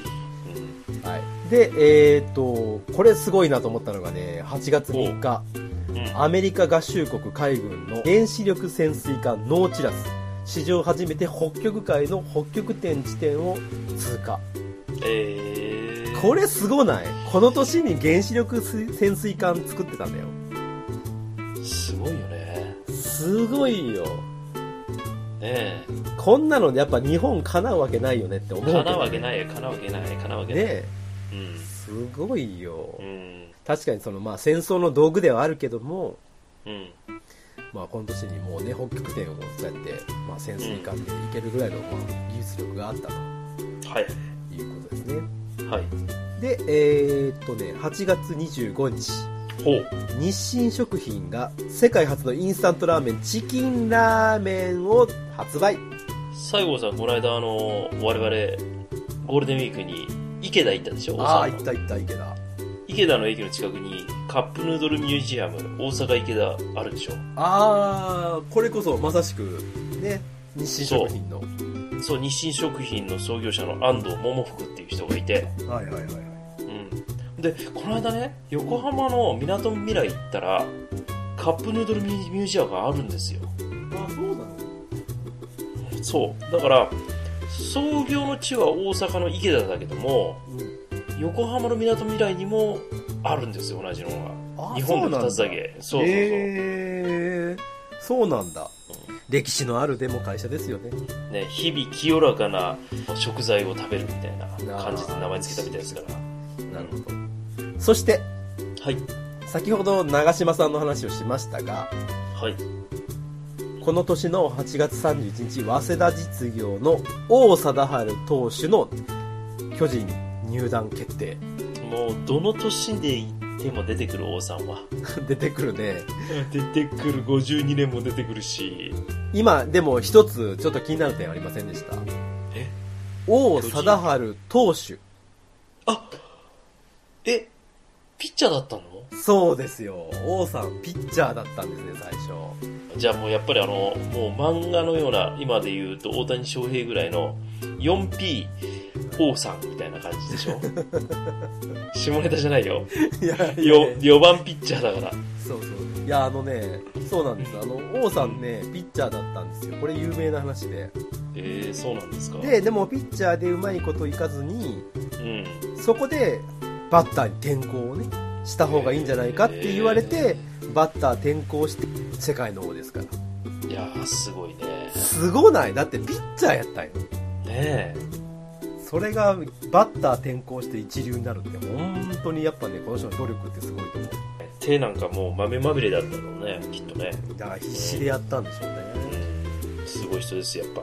[SPEAKER 2] うん
[SPEAKER 3] はい、で、えっとこれすごいなと思ったのがね8月3日
[SPEAKER 2] うん
[SPEAKER 3] アメリカ合衆国海軍の原子力潜水艦ノーチラス史上初めて北極海の北極点地点を通過
[SPEAKER 2] えー、
[SPEAKER 3] これすごないこの年に原子力水潜水艦作ってたんだよ
[SPEAKER 2] すごいよね。
[SPEAKER 3] すごいよ
[SPEAKER 2] ねえ。
[SPEAKER 3] こんなのやっぱ日本かなうわけないよねって思うけど
[SPEAKER 2] かなわけないよ、かなわけない、かなわけ
[SPEAKER 3] ね
[SPEAKER 2] ない。
[SPEAKER 3] え
[SPEAKER 2] うん。
[SPEAKER 3] すごいよ
[SPEAKER 2] うん。
[SPEAKER 3] 確かにそのまあ戦争の道具ではあるけども
[SPEAKER 2] うん。
[SPEAKER 3] まあ、この年にもうね北極点をそうやって、まあ、潜水艦で行けるぐらいの、まあ、技術力があったと
[SPEAKER 2] はい。
[SPEAKER 3] いうことですね
[SPEAKER 2] はい。
[SPEAKER 3] でえーっとね8月25日
[SPEAKER 2] ほう。
[SPEAKER 3] 日清食品が世界初のインスタントラーメンチキンラーメンを発売
[SPEAKER 2] 西郷さん、この間、あの、我々、ゴールデンウィークに、池田行ったでしょ
[SPEAKER 3] ああ
[SPEAKER 2] 大
[SPEAKER 3] 行
[SPEAKER 2] 阪
[SPEAKER 3] っ
[SPEAKER 2] の
[SPEAKER 3] た行った池田
[SPEAKER 2] 池田の駅の近くに、カップヌードルミュージアム、大阪池田あるでしょ
[SPEAKER 3] ああこれこそまさしくね日清食品の
[SPEAKER 2] そう、日清食品の創業者の安藤桃福っていう人がいて、
[SPEAKER 3] はいはいはいはい
[SPEAKER 2] うん。で、この間ね、横浜のみなとみらい行ったら、カップヌードルミュミュージアムがあるんですよ。
[SPEAKER 3] あそうなの
[SPEAKER 2] そう。だから、創業の地は大阪の池田だけども、横浜のみなとみらいにもあるんですよ、同じの
[SPEAKER 3] あ
[SPEAKER 2] が。日本
[SPEAKER 3] そう
[SPEAKER 2] で
[SPEAKER 3] なん
[SPEAKER 2] 2
[SPEAKER 3] だ
[SPEAKER 2] つだけ。そうそうそう。
[SPEAKER 3] へえそうなんだ、歴史のあるでも会社ですよね
[SPEAKER 2] ね、日々清らかな食材を食べるみたいな感じで名前つけたみたいですから。
[SPEAKER 3] なるほどそして
[SPEAKER 2] はい。
[SPEAKER 3] 先ほど長嶋さんの話をしましたが
[SPEAKER 2] はい。
[SPEAKER 3] この年の8月31日早稲田実業の王貞治投手の巨人入団決定
[SPEAKER 2] もう、どの年で行っても出てくる王さん は。
[SPEAKER 3] 出てくるね
[SPEAKER 2] 出てくる、52年も出てくるし。
[SPEAKER 3] 今でも一つちょっと気になる点ありませんでした
[SPEAKER 2] え
[SPEAKER 3] 王貞治投手
[SPEAKER 2] あえピッチャーだったの
[SPEAKER 3] そうですよ王さんピッチャーだったんですね最初
[SPEAKER 2] じゃあもうやっぱりあの、もう漫画のような、今で言うと大谷翔平ぐらいの 4P 王さんみたいな感じでし ょ下ネタじゃないよ。
[SPEAKER 3] いやいや
[SPEAKER 2] よ、4番ピッチャーだから。
[SPEAKER 3] そうそういやあのねそうなんですあの王さんねピッチャーだったんですよこれ有名な話で
[SPEAKER 2] えー、そうなんですか。
[SPEAKER 3] ででもピッチャーでうまいこといかずに
[SPEAKER 2] うん。
[SPEAKER 3] そこでバッターに転向をねした方がいいんじゃないかって言われてバッター転向して世界の王ですから
[SPEAKER 2] いやー、すごいね。
[SPEAKER 3] すごないだってピッチャーやったんよ
[SPEAKER 2] ねえ。
[SPEAKER 3] それがバッター転向して一流になるって本当にやっぱねこの人の努力ってすごいと思う
[SPEAKER 2] 手なんかもう豆まみれだったのね、きっとね。
[SPEAKER 3] だから必死でやったんでしょう
[SPEAKER 2] うん。すごい人です、やっぱ。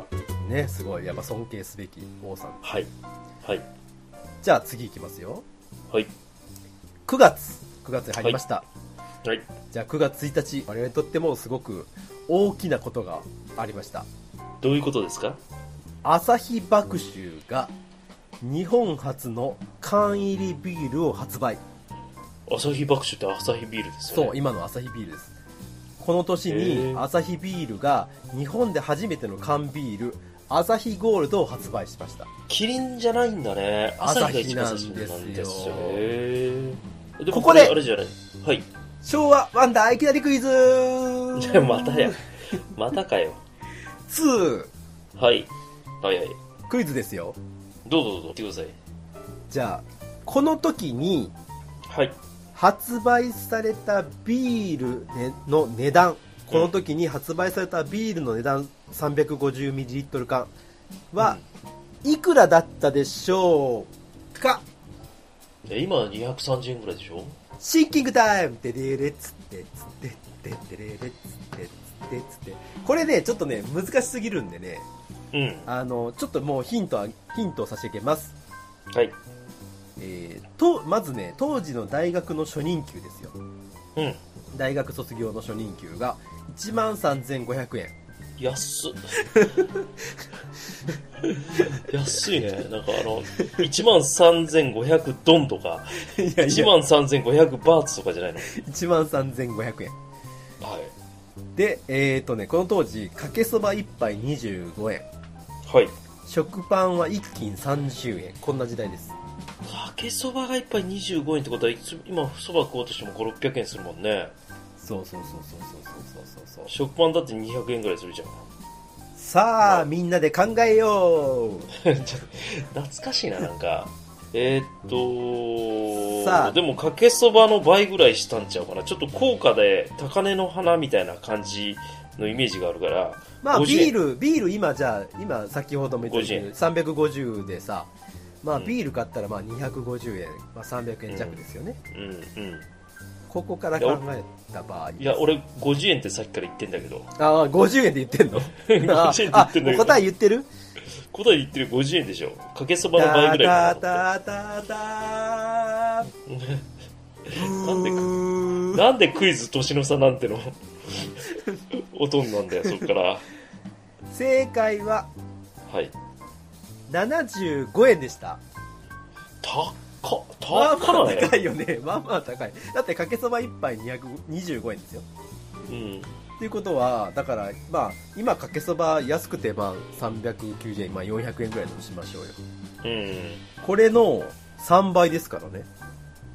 [SPEAKER 3] ねねすごいやっぱ尊敬すべき王さん
[SPEAKER 2] はい。はい。
[SPEAKER 3] じゃあ次いきますよ
[SPEAKER 2] はい。
[SPEAKER 3] 9月9月に入りました、
[SPEAKER 2] はい。
[SPEAKER 3] じゃあ9月1日我々にとってもすごく大きなことがありました
[SPEAKER 2] どういうことですか
[SPEAKER 3] 朝日麦酒が日本初の缶入りビールを発売
[SPEAKER 2] アサヒ爆酒ってアサヒビールですよね。
[SPEAKER 3] そう今の朝日ビールですこの年
[SPEAKER 2] へ
[SPEAKER 3] に
[SPEAKER 2] ー
[SPEAKER 3] 朝日ビールが日本で初めての缶ビール朝日ゴールドを発売しました
[SPEAKER 2] キリンじゃないんだね。朝
[SPEAKER 3] 朝日
[SPEAKER 2] 日が一番最初なんですよ。へーでもこ
[SPEAKER 3] ここ
[SPEAKER 2] こ
[SPEAKER 3] で
[SPEAKER 2] であれじゃない。はい。
[SPEAKER 3] 昭和ワンダーいきなりクイズ
[SPEAKER 2] またや。またかよ。
[SPEAKER 3] 2
[SPEAKER 2] はい。はいはい。
[SPEAKER 3] クイズですよ
[SPEAKER 2] どうぞどうぞ。言ってください。
[SPEAKER 3] じゃあこの時に
[SPEAKER 2] はい。
[SPEAKER 3] 発売されたビール、ね、の値段この時に発売されたビールの値段 350ml 缶は、いくらだったでしょうか
[SPEAKER 2] え今230円ぐらいでしょ
[SPEAKER 3] シンキングタイムてれれつってつってってってれれつってつってつってこれねちょっとね難しすぎるんでね
[SPEAKER 2] うん
[SPEAKER 3] あのちょっともうヒントはヒントを差し上げます
[SPEAKER 2] はい
[SPEAKER 3] えーとまずね当時の大学の初任給ですよ
[SPEAKER 2] うん
[SPEAKER 3] 大学卒業の初任給が1万3500円
[SPEAKER 2] 安っ 安いねなんかあの1万3500ドンとか
[SPEAKER 3] いや
[SPEAKER 2] 1万3500バーツとかじゃないの
[SPEAKER 3] 1万3500円
[SPEAKER 2] はい
[SPEAKER 3] でえっ、とねこの当時かけそば1杯25円
[SPEAKER 2] はい
[SPEAKER 3] 食パンは1斤30円こんな時代です
[SPEAKER 2] かけそばが一杯25円ってことは今そば食おうとしても5600円するもんね
[SPEAKER 3] そうそうそうそうそうそうそうそう
[SPEAKER 2] 食パンだって200円ぐらいするじゃん
[SPEAKER 3] さあみんなで考えよう
[SPEAKER 2] ちょっと懐かしいななんかえーっと
[SPEAKER 3] さあ
[SPEAKER 2] でもかけそばの倍ぐらいしたんちゃうかなちょっと高価で高値の花みたいな感じのイメージがあるから
[SPEAKER 3] まあ
[SPEAKER 2] 50
[SPEAKER 3] ビールビール今じゃあ今先ほども言ったよう
[SPEAKER 2] 50
[SPEAKER 3] に350でさまあ
[SPEAKER 2] うん
[SPEAKER 3] ビール買ったらまあ250円、まあ、300円弱ですよね、
[SPEAKER 2] うんうん
[SPEAKER 3] ここから考えた場合
[SPEAKER 2] いや俺50円ってさっきから言ってんだけ ど
[SPEAKER 3] ああ50円で言ってんの あ
[SPEAKER 2] 50円で言って
[SPEAKER 3] あ
[SPEAKER 2] んだけど
[SPEAKER 3] もう答え言ってる
[SPEAKER 2] 答え言ってる50円でしょかけそばの倍ぐらい
[SPEAKER 3] タ
[SPEAKER 2] かな
[SPEAKER 3] タタ
[SPEAKER 2] な
[SPEAKER 3] タ
[SPEAKER 2] んでか
[SPEAKER 3] ブ ー
[SPEAKER 2] なんでクイズ年の差なんて の音になんだよそっから
[SPEAKER 3] 正解は
[SPEAKER 2] はい
[SPEAKER 3] 75円でした
[SPEAKER 2] 高っ
[SPEAKER 3] まあま
[SPEAKER 2] 高
[SPEAKER 3] あ
[SPEAKER 2] ない
[SPEAKER 3] 高いよねまあまあ高いだってかけそば1杯225円ですよ
[SPEAKER 2] うん
[SPEAKER 3] っていうことはだからまあ今かけそば安くてまあ390円、まあ、400円ぐらいとしましょうよ
[SPEAKER 2] うん
[SPEAKER 3] これの3倍ですからね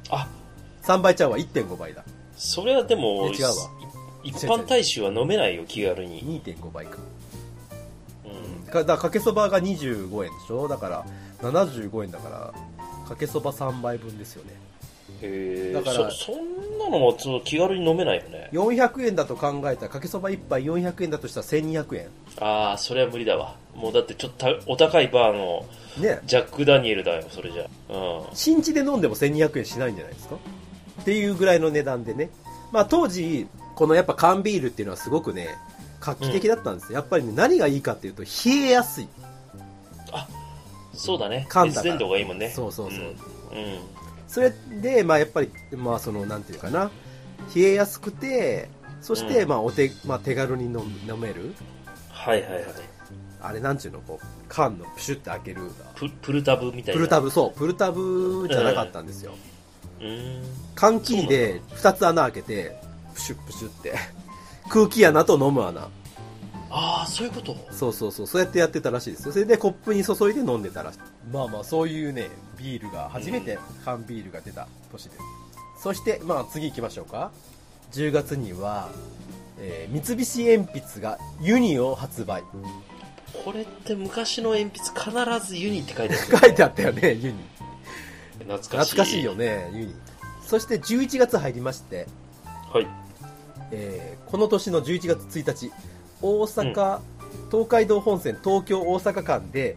[SPEAKER 2] あ
[SPEAKER 3] 3倍ちゃうわ1.5倍だ
[SPEAKER 2] それはでも
[SPEAKER 3] いや違うわ
[SPEAKER 2] い一般大衆は飲めないよ気軽に、
[SPEAKER 3] 2.5倍か
[SPEAKER 2] うん、
[SPEAKER 3] かだからかけそばが25円でしょだから75円だからかけそば3杯分ですよね
[SPEAKER 2] へ
[SPEAKER 3] だ
[SPEAKER 2] え
[SPEAKER 3] か
[SPEAKER 2] そ
[SPEAKER 3] ら
[SPEAKER 2] そんなのはその気軽に飲めないよね
[SPEAKER 3] 400円だと考えたらかけそば1杯400円だとしたら1200円
[SPEAKER 2] ああそれは無理だわもうだってちょっとたお高いバーの
[SPEAKER 3] ね
[SPEAKER 2] ジャック・ダニエルだよそれじゃうん
[SPEAKER 3] 新地で飲んでも1200円しないんじゃないですかっていうぐらいの値段でね、まあ、当時このやっぱ缶ビールっていうのはすごくね画期的だったんですよ、やっぱりね何がいいかっていうと冷えやすい、
[SPEAKER 2] そうだね
[SPEAKER 3] 缶
[SPEAKER 2] 熱
[SPEAKER 3] だか
[SPEAKER 2] 伝
[SPEAKER 3] ら
[SPEAKER 2] 導がいいもんね
[SPEAKER 3] そうそうそう、
[SPEAKER 2] うん、うん
[SPEAKER 3] それでまあやっぱりまあそのなんていうかな冷えやすくてそして
[SPEAKER 2] うん
[SPEAKER 3] まあお手、まあ、手軽に飲む飲める
[SPEAKER 2] はいはいはい
[SPEAKER 3] あれなんちゅうのこう缶のプシュって開ける
[SPEAKER 2] ププルタブみたい
[SPEAKER 3] プ
[SPEAKER 2] な
[SPEAKER 3] ルタブそうプルタブじゃなかったんですよ、
[SPEAKER 2] うーん
[SPEAKER 3] 缶切りで2つ穴開けてプシュップシュって空気穴と飲む穴
[SPEAKER 2] ああそういうこと
[SPEAKER 3] そうそうそうそうやってやってたらしいですよそれでコップに注いで飲んでたらしいまあまあそういうねビールが初めて缶ビールが出た年です、そしてまあ次行きましょうか10月には、えー三菱鉛筆がユニを発売
[SPEAKER 2] これって昔の鉛筆必ずユニって書いてある
[SPEAKER 3] 書いてあったよねユニ
[SPEAKER 2] 懐かしい
[SPEAKER 3] 懐かしいよねユニそして11月入りまして
[SPEAKER 2] はい
[SPEAKER 3] えーこの年の11月1日大阪、東海道本線東京大阪間で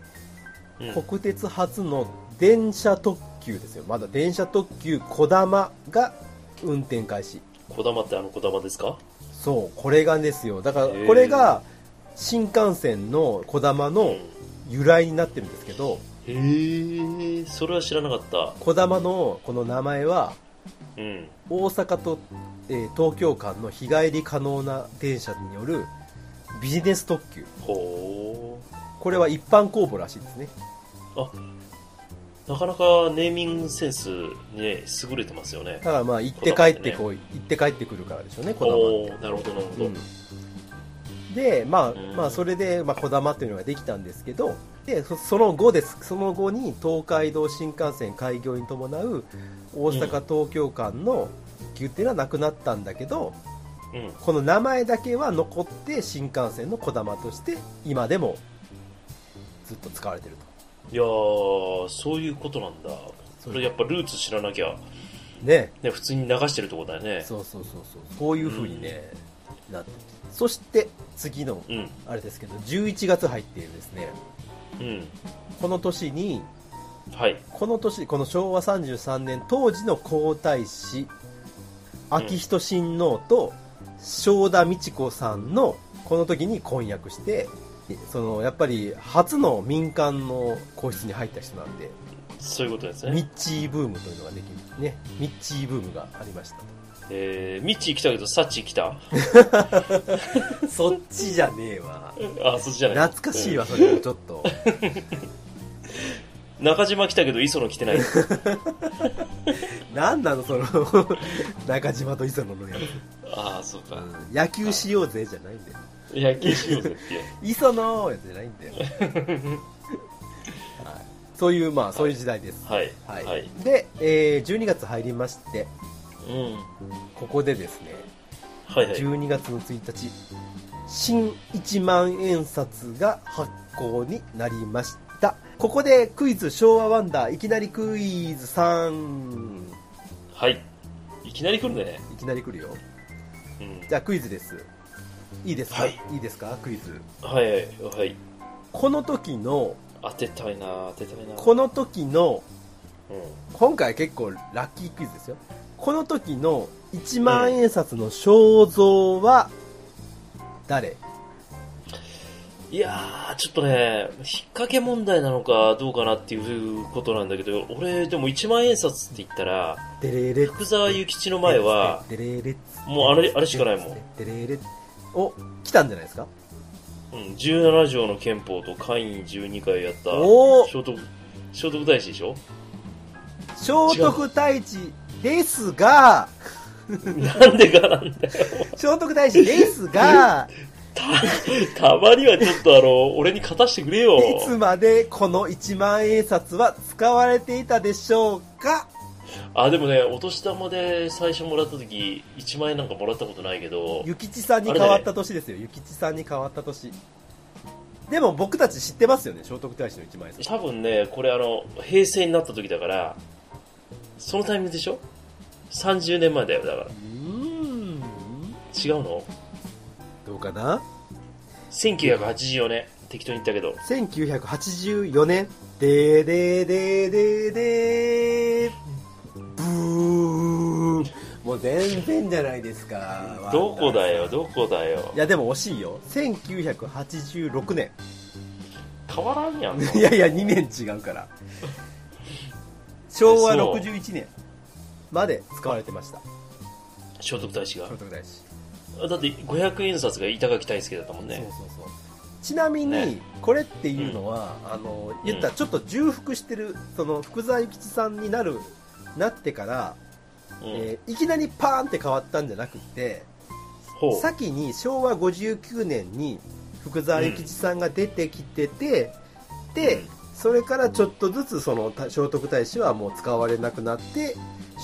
[SPEAKER 2] うん
[SPEAKER 3] 国鉄初の電車特急ですよまだ電車特急こだまが運転開始
[SPEAKER 2] こだまってあのこだまですか
[SPEAKER 3] そうこれがですよだから
[SPEAKER 2] へー
[SPEAKER 3] これが新幹線のこだまの由来になってるんですけど
[SPEAKER 2] へえそれは知らなかった
[SPEAKER 3] こだまのこの名前は
[SPEAKER 2] うん
[SPEAKER 3] 大阪と、えー東京間の日帰り可能な電車によるビジネス特急
[SPEAKER 2] ほ
[SPEAKER 3] これは一般公募らしいですね
[SPEAKER 2] うなかなかネーミングセンスね優れてますよね
[SPEAKER 3] ただまあ行って帰ってこい、行って帰ってくるからでしょうねこだま
[SPEAKER 2] お
[SPEAKER 3] っ
[SPEAKER 2] お
[SPEAKER 3] て
[SPEAKER 2] ーなるほどなるほど、
[SPEAKER 3] うんでまあ、
[SPEAKER 2] うん
[SPEAKER 3] まあそれで、まあ、こだまっていうのができたんですけどでそその後ですその後に東海道新幹線開業に伴う大阪東京間の急っていうのはなくなったんだけど
[SPEAKER 2] うん
[SPEAKER 3] この名前だけは残って新幹線のこだまとして今でもずっと使われてると
[SPEAKER 2] いやーそういうことなんだそれやっぱルーツ知らなきゃ
[SPEAKER 3] ね
[SPEAKER 2] ね、普通に流してるってことだよね。
[SPEAKER 3] そうそうそうそうこういう風にね、なってそして次の
[SPEAKER 2] うん。
[SPEAKER 3] あれですけど11月入っているですね
[SPEAKER 2] うん。
[SPEAKER 3] この年に
[SPEAKER 2] はい。
[SPEAKER 3] この年この昭和33年当時の皇太子昭仁親王と正田美智子さんのこの時に婚約してそのやっぱり初の民間の皇室に入った人なんで
[SPEAKER 2] そういうことです
[SPEAKER 3] ミ
[SPEAKER 2] ね。
[SPEAKER 3] ッチーブームというのができるねミッチーブームがありました
[SPEAKER 2] えー、ミッチー来たけど、サッチー来た
[SPEAKER 3] そっちじゃねえわ
[SPEAKER 2] あ、そっちじゃない。
[SPEAKER 3] 懐かしいわそれもちょっと
[SPEAKER 2] うん。中島来たけど、磯野来て ない。
[SPEAKER 3] なんなのその中島と磯野のや
[SPEAKER 2] ああ、そう
[SPEAKER 3] つ、
[SPEAKER 2] か。
[SPEAKER 3] 野球しようぜじゃないんだよ
[SPEAKER 2] 野球しようぜって。
[SPEAKER 3] 磯野やつじゃな いんだよ、はい、そういうまあそういう時代です、
[SPEAKER 2] はい。
[SPEAKER 3] はい
[SPEAKER 2] はい。
[SPEAKER 3] で、えー12月入りまして
[SPEAKER 2] うん。
[SPEAKER 3] ここでですね
[SPEAKER 2] はいはい。
[SPEAKER 3] 12月の1日新一万円札が発行になりましたここでクイズ昭和ワンダーいきなりクイズ3
[SPEAKER 2] はい。いきなり来るね。
[SPEAKER 3] いきなり来るよ
[SPEAKER 2] うん。
[SPEAKER 3] じゃあクイズですいいですか、
[SPEAKER 2] はい
[SPEAKER 3] い、いですかクイズ
[SPEAKER 2] はいはい。はい。
[SPEAKER 3] この時の
[SPEAKER 2] 当てたいな当てたいな
[SPEAKER 3] この時の
[SPEAKER 2] うん。
[SPEAKER 3] 今回結構ラッキークイズですよこの時の1万円札の肖像は誰、
[SPEAKER 2] いやー、ちょっとね、引っ掛け問題なのかどうかなっていうことなんだけど、俺、でも1万円札って言ったら、
[SPEAKER 3] デレレ
[SPEAKER 2] 福沢諭吉の前は、
[SPEAKER 3] デレレ
[SPEAKER 2] もうあれあれしかないもん
[SPEAKER 3] デレレお来たんじゃないですか
[SPEAKER 2] うん、17条の憲法と会員12回やった、
[SPEAKER 3] おお
[SPEAKER 2] 聖徳、聖徳太子でしょ
[SPEAKER 3] 聖徳太子ですが
[SPEAKER 2] なんでかなんだよ。
[SPEAKER 3] 聖徳太子です が
[SPEAKER 2] た、たまにはちょっとあの、俺に勝たしてくれよ。
[SPEAKER 3] いつまでこの1万円札は使われていたでしょうか
[SPEAKER 2] あ、でもね、お年玉で最初もらった時、1万円なんかもらったことないけど、
[SPEAKER 3] 諭吉さんに変わった年ですよ諭吉さんに変わった年でも僕たち知ってますよね聖徳太子の1万円札
[SPEAKER 2] 多分ね、これあの、平成になった時だから、そのタイミングでしょ ?30 年前だよ、だから
[SPEAKER 3] う。ーん
[SPEAKER 2] 違うの
[SPEAKER 3] どうかな
[SPEAKER 2] ?1984 年。適当に言ったけど。
[SPEAKER 3] 1984年でーでーでーでーでーブーンもう全然じゃないですか
[SPEAKER 2] どこだよ、どこだよ
[SPEAKER 3] い。やでも惜しいよ1986年
[SPEAKER 2] 変わらんやん。
[SPEAKER 3] いやいや2年違うから昭和61年まで使われてました
[SPEAKER 2] 聖徳太子
[SPEAKER 3] 聖徳太子
[SPEAKER 2] が。だって、500円札が板垣大輔だったもんね。
[SPEAKER 3] そうそうそうちなみに、
[SPEAKER 2] ね
[SPEAKER 3] これっていうのは、あの言ったらちょっと重複してるその福沢諭吉さんになるなってから、
[SPEAKER 2] うん。
[SPEAKER 3] えーいきなりパーンって変わったんじゃなくて
[SPEAKER 2] ほう。
[SPEAKER 3] 先に昭和59年に福沢諭吉さんが出てきてて、で、
[SPEAKER 2] うん
[SPEAKER 3] それからちょっとずつそのた聖徳太子はもう使われなくなって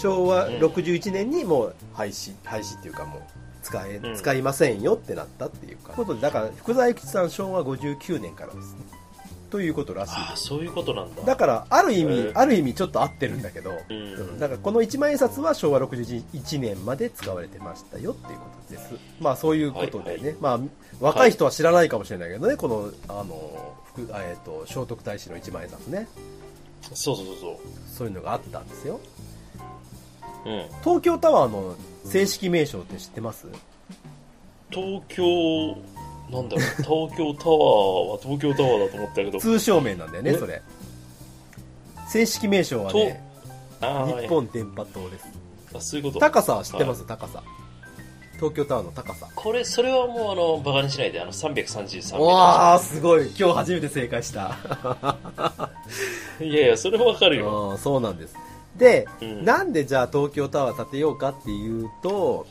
[SPEAKER 3] 昭和
[SPEAKER 2] うん
[SPEAKER 3] 61年にもう廃止廃止っていうかもう使え、
[SPEAKER 2] うん
[SPEAKER 3] 使いませんよってなったっていうかことでだから福沢諭吉さん昭和59年からですねということらしい
[SPEAKER 2] ああ、そういうことなんだ。
[SPEAKER 3] だからある意味、
[SPEAKER 2] へえ
[SPEAKER 3] ある意味ちょっと合ってるんだけど、
[SPEAKER 2] うん
[SPEAKER 3] うんだからこの一万円札は昭和61年まで使われてましたよっていうことですまあそういうことでね、
[SPEAKER 2] はいは
[SPEAKER 3] まあ若い人は知らないかもしれないけどね、このあの福あえっ、と聖徳太子の一万円札ね
[SPEAKER 2] そうそうそうそ
[SPEAKER 3] そういうのがあったんですよ
[SPEAKER 2] う。うん。
[SPEAKER 3] 東京タワーの正式名称って知ってます
[SPEAKER 2] 東京、なん だろう、東京タワーは東京タワーだと思ったけど、
[SPEAKER 3] 通称名なんだよね
[SPEAKER 2] え
[SPEAKER 3] それ正式名称はね
[SPEAKER 2] あー
[SPEAKER 3] 日本電波塔です
[SPEAKER 2] あそういうこと。
[SPEAKER 3] 高さは知ってます高さ東京タワーの高さ
[SPEAKER 2] これ、それはもう、あの、バカにしないで、あの、333
[SPEAKER 3] うわあすごい今日初めて正解した
[SPEAKER 2] いやいや、それはわかるよ。
[SPEAKER 3] うんそうなんですで、
[SPEAKER 2] うん
[SPEAKER 3] なんでじゃあ東京タワー建てようかっていうと、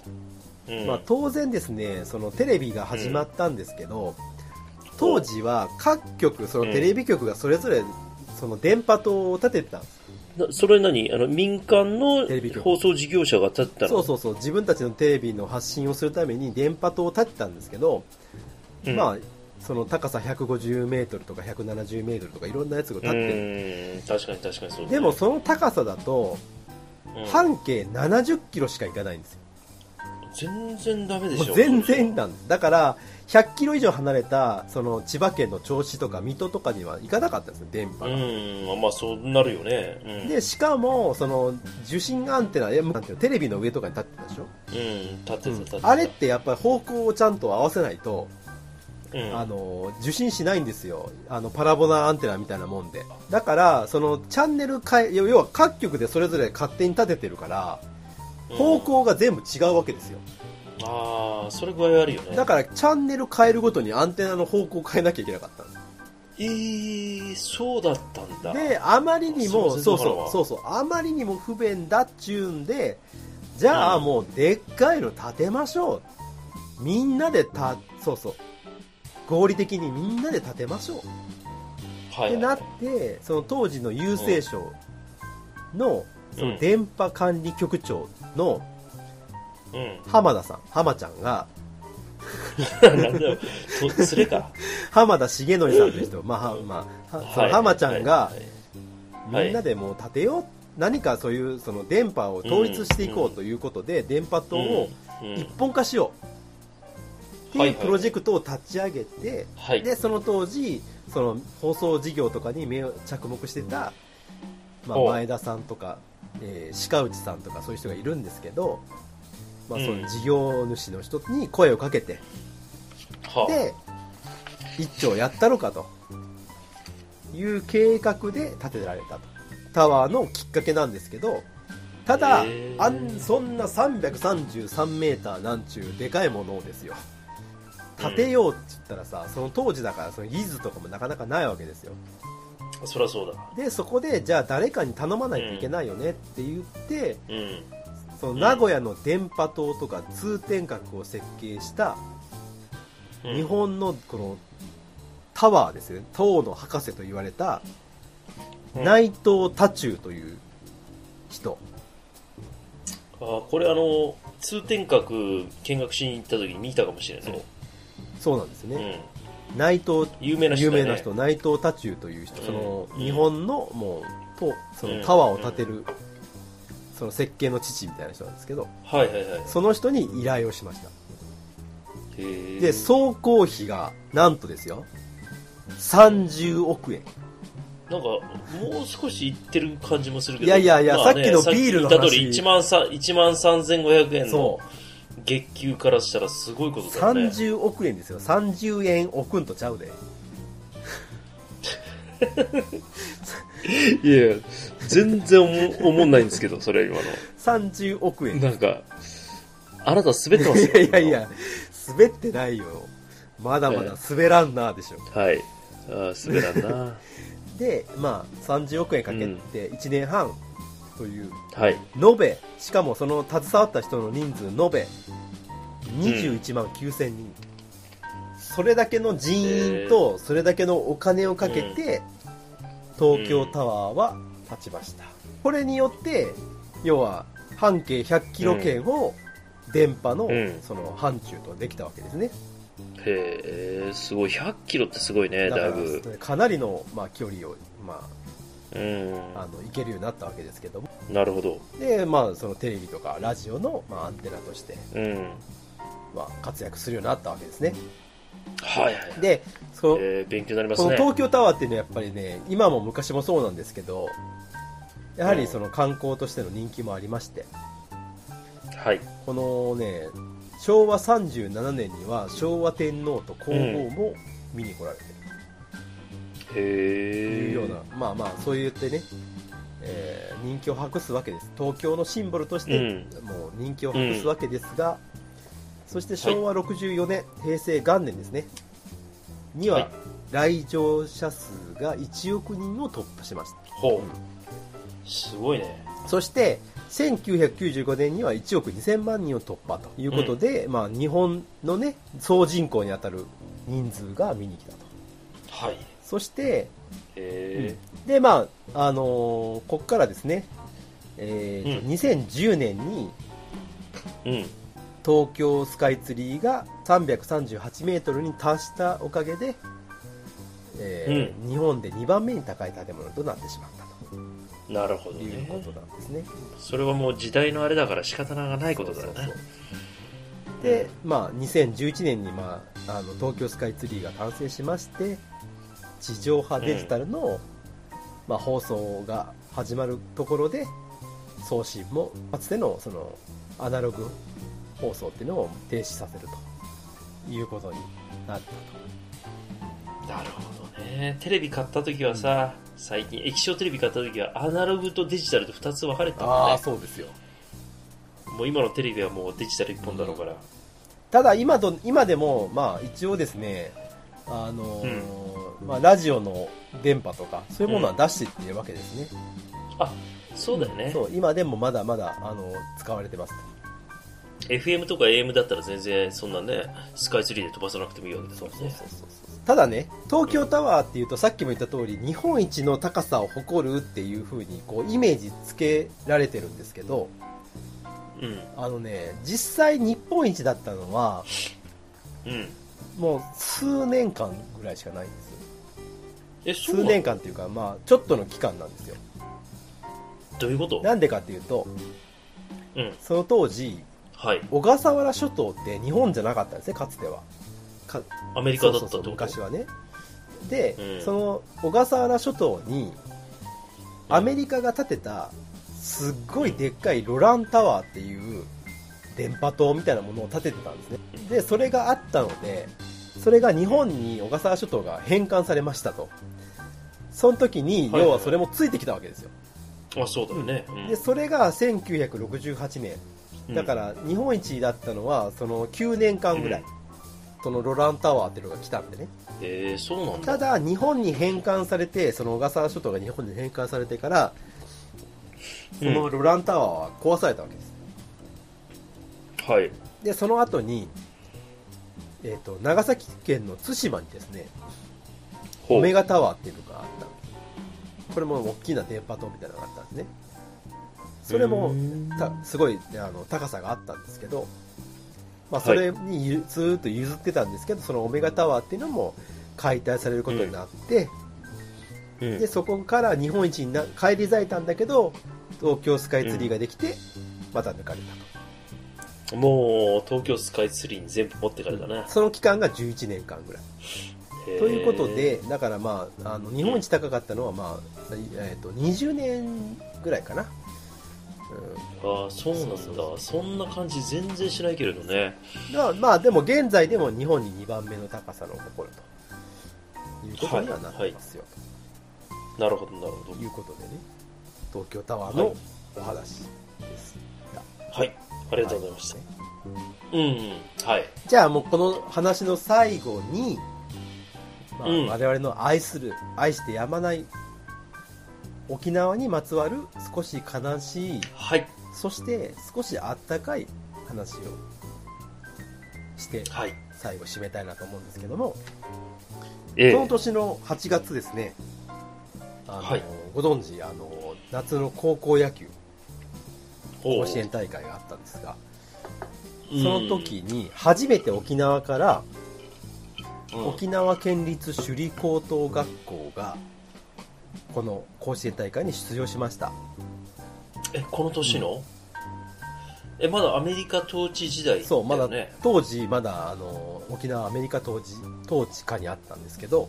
[SPEAKER 2] うん。
[SPEAKER 3] まあ、当然ですねそのテレビが始まったんですけど、当時は各局そのテレビ局がそれぞれその電波塔を建ててたんです、
[SPEAKER 2] なそれ何あの、民間の
[SPEAKER 3] テレビ局
[SPEAKER 2] 放送事業者が立った
[SPEAKER 3] そう
[SPEAKER 2] の
[SPEAKER 3] そうそう自分たちのテレビの発信をするために電波塔を建てたんですけど、
[SPEAKER 2] うん
[SPEAKER 3] まあその高さ150メートルとか170メートルとかいろんなやつが建ってる
[SPEAKER 2] うん。確かに確かにそうだね
[SPEAKER 3] でも、その高さだと
[SPEAKER 2] うん
[SPEAKER 3] 半径70キロしか行かないんですよ。
[SPEAKER 2] 全然ダメで
[SPEAKER 3] も
[SPEAKER 2] しょ
[SPEAKER 3] う全然なんです。だから、100キロ以上離れた、その千葉県の銚子とか水戸とかには行かなかったんですよ、電波
[SPEAKER 2] う
[SPEAKER 3] が。
[SPEAKER 2] んまあそうなるよねうん、
[SPEAKER 3] で、しかも、その、受信アンテナ、いやなんていうのテレビの上とかに立ってたでしょ、
[SPEAKER 2] うん、立ってた立ってた
[SPEAKER 3] あれってやっぱり方向をちゃんと合わせないと、
[SPEAKER 2] うん
[SPEAKER 3] あの受信しないんですよあのパラボナアンテナみたいなもんでだからそのチャンネル変え要要は各局でそれぞれ勝手に立ててるから
[SPEAKER 2] うん
[SPEAKER 3] 方向が全部違うわけですよ
[SPEAKER 2] ああそれ具合あるよね
[SPEAKER 3] だからチャンネル変えるごとにアンテナの方向を変えなきゃいけなかったんです
[SPEAKER 2] えー、そうだったんだ
[SPEAKER 3] であまりにも
[SPEAKER 2] そう
[SPEAKER 3] そう
[SPEAKER 2] そう
[SPEAKER 3] そうそうそうあまりにも不便だっちゅうんでじゃあ
[SPEAKER 2] うん
[SPEAKER 3] もうでっかいの立てましょうみんなでたそうそう合理的にみんなで立てましょう
[SPEAKER 2] はい
[SPEAKER 3] って
[SPEAKER 2] はいは
[SPEAKER 3] ないってその当時の郵政省のそ
[SPEAKER 2] うん
[SPEAKER 3] の電波管理局長の
[SPEAKER 2] うん
[SPEAKER 3] 浜田さん浜ちゃんが
[SPEAKER 2] なん だよそそれか
[SPEAKER 3] 浜田重則さんという人、まあはまあ、は その浜ちゃんが
[SPEAKER 2] はいはいはい
[SPEAKER 3] みんなでもう立てよう何かそういうその電波を統一していこうということで電波塔を
[SPEAKER 2] うんうん
[SPEAKER 3] 一本化しよ
[SPEAKER 2] はい
[SPEAKER 3] うってい
[SPEAKER 2] は
[SPEAKER 3] う
[SPEAKER 2] い
[SPEAKER 3] プロジェクトを立ち上げて
[SPEAKER 2] はい
[SPEAKER 3] でその当時その放送事業とかに目を着目してた、まあ、
[SPEAKER 2] お
[SPEAKER 3] 前田さんとか、えー鹿内さんとかそういう人がいるんですけど、まあ、
[SPEAKER 2] うん
[SPEAKER 3] その事業主の人に声をかけて、
[SPEAKER 2] はあ
[SPEAKER 3] で一丁やったろかという計画で建てられたとタワーのきっかけなんですけどただ
[SPEAKER 2] へー
[SPEAKER 3] あんそんな333メーターなんちゅうでかいものをですよ建てようって言ったらさ、その当時だからその技術とかもなかなかないわけですよ
[SPEAKER 2] そりゃそうだ
[SPEAKER 3] でそこでじゃあ誰かに頼まないといけないよねって言って、
[SPEAKER 2] うん
[SPEAKER 3] その名古屋の電波塔とか通天閣を設計した
[SPEAKER 2] うん
[SPEAKER 3] 日本のこのタワーですよね塔の博士と言われた
[SPEAKER 2] うん
[SPEAKER 3] 内藤多仲という人、
[SPEAKER 2] あーこれあの通天閣見学しに行った時に見たかもしれない
[SPEAKER 3] そうなんですね、
[SPEAKER 2] ん、
[SPEAKER 3] 内藤
[SPEAKER 2] 有名な人
[SPEAKER 3] 有
[SPEAKER 2] だ、ね、
[SPEAKER 3] 名な人内藤多仲という人その
[SPEAKER 2] うん
[SPEAKER 3] 日本のもうとそ
[SPEAKER 2] うん
[SPEAKER 3] のタワーを建てるその設計の父みたいな人なんですけど
[SPEAKER 2] はいはいはい
[SPEAKER 3] その人に依頼をしました
[SPEAKER 2] へー
[SPEAKER 3] で総工費がなんとですよ30億円
[SPEAKER 2] なんかもう少し行ってる感じもするけど
[SPEAKER 3] いやいやいやさっきのビールの話
[SPEAKER 2] さっき言った通り1万さ1万3500円の
[SPEAKER 3] そう
[SPEAKER 2] 月給からしたらすごいことだよね
[SPEAKER 3] 30億円ですよ30円億んとちゃうで
[SPEAKER 2] いやいや全然おも思んないんですけどそれ今の
[SPEAKER 3] 30億円
[SPEAKER 2] なんかあなた滑ってます
[SPEAKER 3] い
[SPEAKER 2] よ
[SPEAKER 3] やいやいや、滑ってないよ。まだまだ滑らんなでしょ。
[SPEAKER 2] 今はいあー滑らんな
[SPEAKER 3] で、まあ、30億円かけて1年半という、
[SPEAKER 2] はい
[SPEAKER 3] 延べ、しかもその携わった人の人数、延べ、21万9000人。それだけの人員と、それだけのお金をかけて、東京タワーは立ちました。これによって、要は、半径100キロ圏を、電波の
[SPEAKER 2] うん
[SPEAKER 3] その範疇とできたわけですね。
[SPEAKER 2] へえすごい100キロってすごいね
[SPEAKER 3] だか
[SPEAKER 2] だい
[SPEAKER 3] ら
[SPEAKER 2] ぶ
[SPEAKER 3] かなりの、まあ、距離を、ま
[SPEAKER 2] うん
[SPEAKER 3] あ、あの行けるようになったわけですけども
[SPEAKER 2] なるほど
[SPEAKER 3] で、まあ、そのテレビとかラジオの、まあ、アンテナとして、
[SPEAKER 2] うん
[SPEAKER 3] まあ、活躍するようになったわけですね
[SPEAKER 2] はいはい
[SPEAKER 3] でその、
[SPEAKER 2] えー勉強になります
[SPEAKER 3] この
[SPEAKER 2] ね
[SPEAKER 3] 東京タワーっていうのはやっぱりね今も昔もそうなんですけどやはりその観光としての人気もありまして
[SPEAKER 2] はい
[SPEAKER 3] このね昭和37年には昭和天皇と皇后も見に来られてると
[SPEAKER 2] へ
[SPEAKER 3] い
[SPEAKER 2] え
[SPEAKER 3] うような、まあまあそう言ってね、えー人気を博すわけです東京のシンボルとして、
[SPEAKER 2] う
[SPEAKER 3] もう人気を博すわけですが、そして昭和64年、平成元年ですねに
[SPEAKER 2] はい
[SPEAKER 3] は来場者数が1億人を突破しまし
[SPEAKER 2] ほうすごいね
[SPEAKER 3] たそして1995年には1億2000万人を突破ということで、まあ、日本のね総人口に当たる人数が見に来たと
[SPEAKER 2] はい
[SPEAKER 3] そして
[SPEAKER 2] へ
[SPEAKER 3] でまああのーここからですね、えーと
[SPEAKER 2] うん
[SPEAKER 3] 2010年に
[SPEAKER 2] えうん
[SPEAKER 3] 東京スカイツリーが338メートルに達したおかげで、えー日本で2番目に高い建物となってしまったと
[SPEAKER 2] なるほど
[SPEAKER 3] というこ
[SPEAKER 2] ね
[SPEAKER 3] となんですね。
[SPEAKER 2] それはもう時代のあれだから仕方がないことだよ
[SPEAKER 3] そうそ
[SPEAKER 2] ね
[SPEAKER 3] うそうで、まあ、2011年に、まあ、あの東京スカイツリーが完成しまして地上波デジタルの、まあ、放送が始まるところで送信もかつてのそのアナログ放送っていうのを停止させるということになった
[SPEAKER 2] なるほどねテレビ買った時はさ、最近液晶テレビ買った時はアナログとデジタルと2つ分かれてた
[SPEAKER 3] と
[SPEAKER 2] もんね
[SPEAKER 3] そうですよ
[SPEAKER 2] もう今のテレビはもうデジタル1本だろうから、
[SPEAKER 3] ただ今と今でも、まあ、一応ですね、あのーまあ、ラジオの電波とかそういうものは出していってるわけですね、
[SPEAKER 2] そうだよね、
[SPEAKER 3] そう今でもまだまだあの使われてます
[SPEAKER 2] FM とか AM だったら全然そんなねスカイツリーで飛ばさなくてもいいわけだからね
[SPEAKER 3] ただね東京タワーっていうとさっきも言った通り日本一の高さを誇るっていう風にこうイメージつけられてるんですけどあのね実際日本一だったのは
[SPEAKER 2] うんうん
[SPEAKER 3] もう数年間ぐらいしかないんですよ
[SPEAKER 2] えそうな
[SPEAKER 3] 数
[SPEAKER 2] の
[SPEAKER 3] 年間っていうかまあちょっとの期間なんですよ
[SPEAKER 2] どういうこと
[SPEAKER 3] なんでかっていうと
[SPEAKER 2] うん
[SPEAKER 3] その当時
[SPEAKER 2] はい
[SPEAKER 3] 小笠原諸島って日本じゃなかったんですねかつてはか
[SPEAKER 2] アメリカだったって
[SPEAKER 3] そうそう
[SPEAKER 2] こ
[SPEAKER 3] そう
[SPEAKER 2] と
[SPEAKER 3] 昔はねで、
[SPEAKER 2] うん
[SPEAKER 3] その小笠原諸島にアメリカが建てたすっごいでっかいロランタワーっていう電波塔みたいなものを建ててたんですねでそれがあったのでそれが日本に小笠原諸島が返還されましたとその時
[SPEAKER 2] は
[SPEAKER 3] に
[SPEAKER 2] いはい
[SPEAKER 3] 要はそれもついてきたわけですよ
[SPEAKER 2] あそうだよね、うん
[SPEAKER 3] でそれが1968年
[SPEAKER 2] うん
[SPEAKER 3] だから日本一だったのはその9年間ぐらい、
[SPEAKER 2] うん
[SPEAKER 3] そのロランタワーっていうのが来たんでね
[SPEAKER 2] えー、そうなんだ
[SPEAKER 3] ただ日本に返還されてその小笠原諸島が日本に返還されてからそ
[SPEAKER 2] うん
[SPEAKER 3] のロランタワーは壊されたわけです、
[SPEAKER 2] はい
[SPEAKER 3] でその後にえっと長崎県の対馬にですね
[SPEAKER 2] ほ
[SPEAKER 3] オ
[SPEAKER 2] う
[SPEAKER 3] メガタワーっていうのがあったんですこれも大きな電波塔みたいなのがあったんですねそれもたすごいあの高さがあったんですけど、まあ、それにゆずーっと譲ってたんですけどそのオメガタワーっていうのも解体されることになって、
[SPEAKER 2] うん
[SPEAKER 3] でそこから日本一にな返り咲いたんだけど東京スカイツリーができて、また抜かれた
[SPEAKER 2] もう東京スカイツリーに全部持ってかれたね
[SPEAKER 3] と、その期間が11年間ぐらい
[SPEAKER 2] へー
[SPEAKER 3] ということでだからまああの日本一高かったのは、まあえー、と20年ぐらいかな、
[SPEAKER 2] あーそうなんだ
[SPEAKER 3] そ
[SPEAKER 2] そう
[SPEAKER 3] そ
[SPEAKER 2] んな感じ全然しないけれどね
[SPEAKER 3] うん、だからまあでも現在でも日本に2番目の高さの誇るということにはなってますよ、
[SPEAKER 2] なるほどなるほ
[SPEAKER 3] と
[SPEAKER 2] ど
[SPEAKER 3] いうことでね東京タワー
[SPEAKER 2] は
[SPEAKER 3] の
[SPEAKER 2] い
[SPEAKER 3] お話です、
[SPEAKER 2] はいありがとうございました、うんうんはい
[SPEAKER 3] じゃあもうこの話の最後に、まあ
[SPEAKER 2] うん
[SPEAKER 3] 我々の愛する愛してやまない沖縄にまつわる少し悲しい
[SPEAKER 2] はい
[SPEAKER 3] そして少しあったかい話をして
[SPEAKER 2] はい
[SPEAKER 3] 最後締めたいなと思うんですけども、
[SPEAKER 2] ええ
[SPEAKER 3] その年の8月ですねあの、
[SPEAKER 2] はい
[SPEAKER 3] ご存知あの夏の高校野球
[SPEAKER 2] ほう
[SPEAKER 3] 甲子園大会があったんですがその時に初めて沖縄から
[SPEAKER 2] うん
[SPEAKER 3] 沖縄県立首里高等学校がこの甲子園大会に出場しました
[SPEAKER 2] えこの年の、えまだアメリカ統治時代だよ、ね、
[SPEAKER 3] そうまだ当時まだあの沖縄アメリカ統治統治下にあったんですけど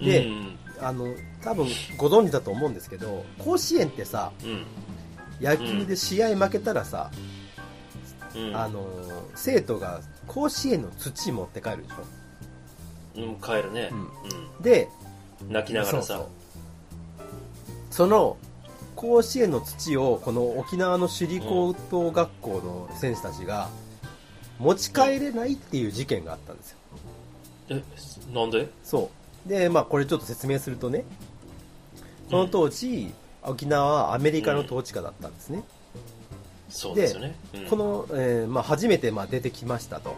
[SPEAKER 3] で
[SPEAKER 2] うん
[SPEAKER 3] あの多分ご存知だと思うんですけど甲子園ってさ
[SPEAKER 2] うん
[SPEAKER 3] 野球で試合負けたらさ、
[SPEAKER 2] うん
[SPEAKER 3] あの生徒が甲子園の土持って帰るでしょ
[SPEAKER 2] うん帰るね、
[SPEAKER 3] う
[SPEAKER 2] うんん
[SPEAKER 3] で
[SPEAKER 2] 泣きながら
[SPEAKER 3] そう
[SPEAKER 2] さ
[SPEAKER 3] そうその甲子園の土をこの沖縄の首里高等学校の選手たちが持ち帰れないっていう事件があったんですよ
[SPEAKER 2] えなんで
[SPEAKER 3] そうでまあこれちょっと説明するとねこの当時、沖縄はアメリカの統治下だったんですね、
[SPEAKER 2] そうですよね、うん
[SPEAKER 3] この、えーまあ、初めてまあ出てきましたと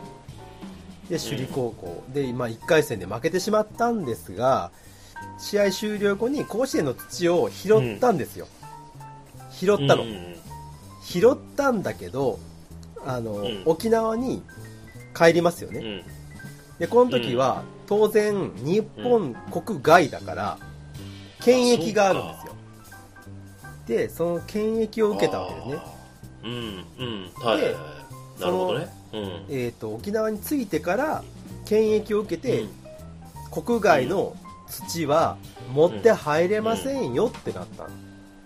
[SPEAKER 3] で首里高校で、まあ、1回戦で負けてしまったんですが試合終了後に甲子園の土を拾ったんですよ、拾ったの、
[SPEAKER 2] うんうん
[SPEAKER 3] 拾ったんだけどあの、
[SPEAKER 2] ん
[SPEAKER 3] 沖縄に帰りますよ
[SPEAKER 2] う
[SPEAKER 3] ね、
[SPEAKER 2] ん
[SPEAKER 3] でこの時は当然日本国外だから、権益があるんですよでその検疫を受けたわけですね
[SPEAKER 2] あーうんうんはいはいはい
[SPEAKER 3] で
[SPEAKER 2] なるほどねうん
[SPEAKER 3] えー、と沖縄に着いてから検疫を受けて、
[SPEAKER 2] うん
[SPEAKER 3] 国外の土は持って入れませんよってなっ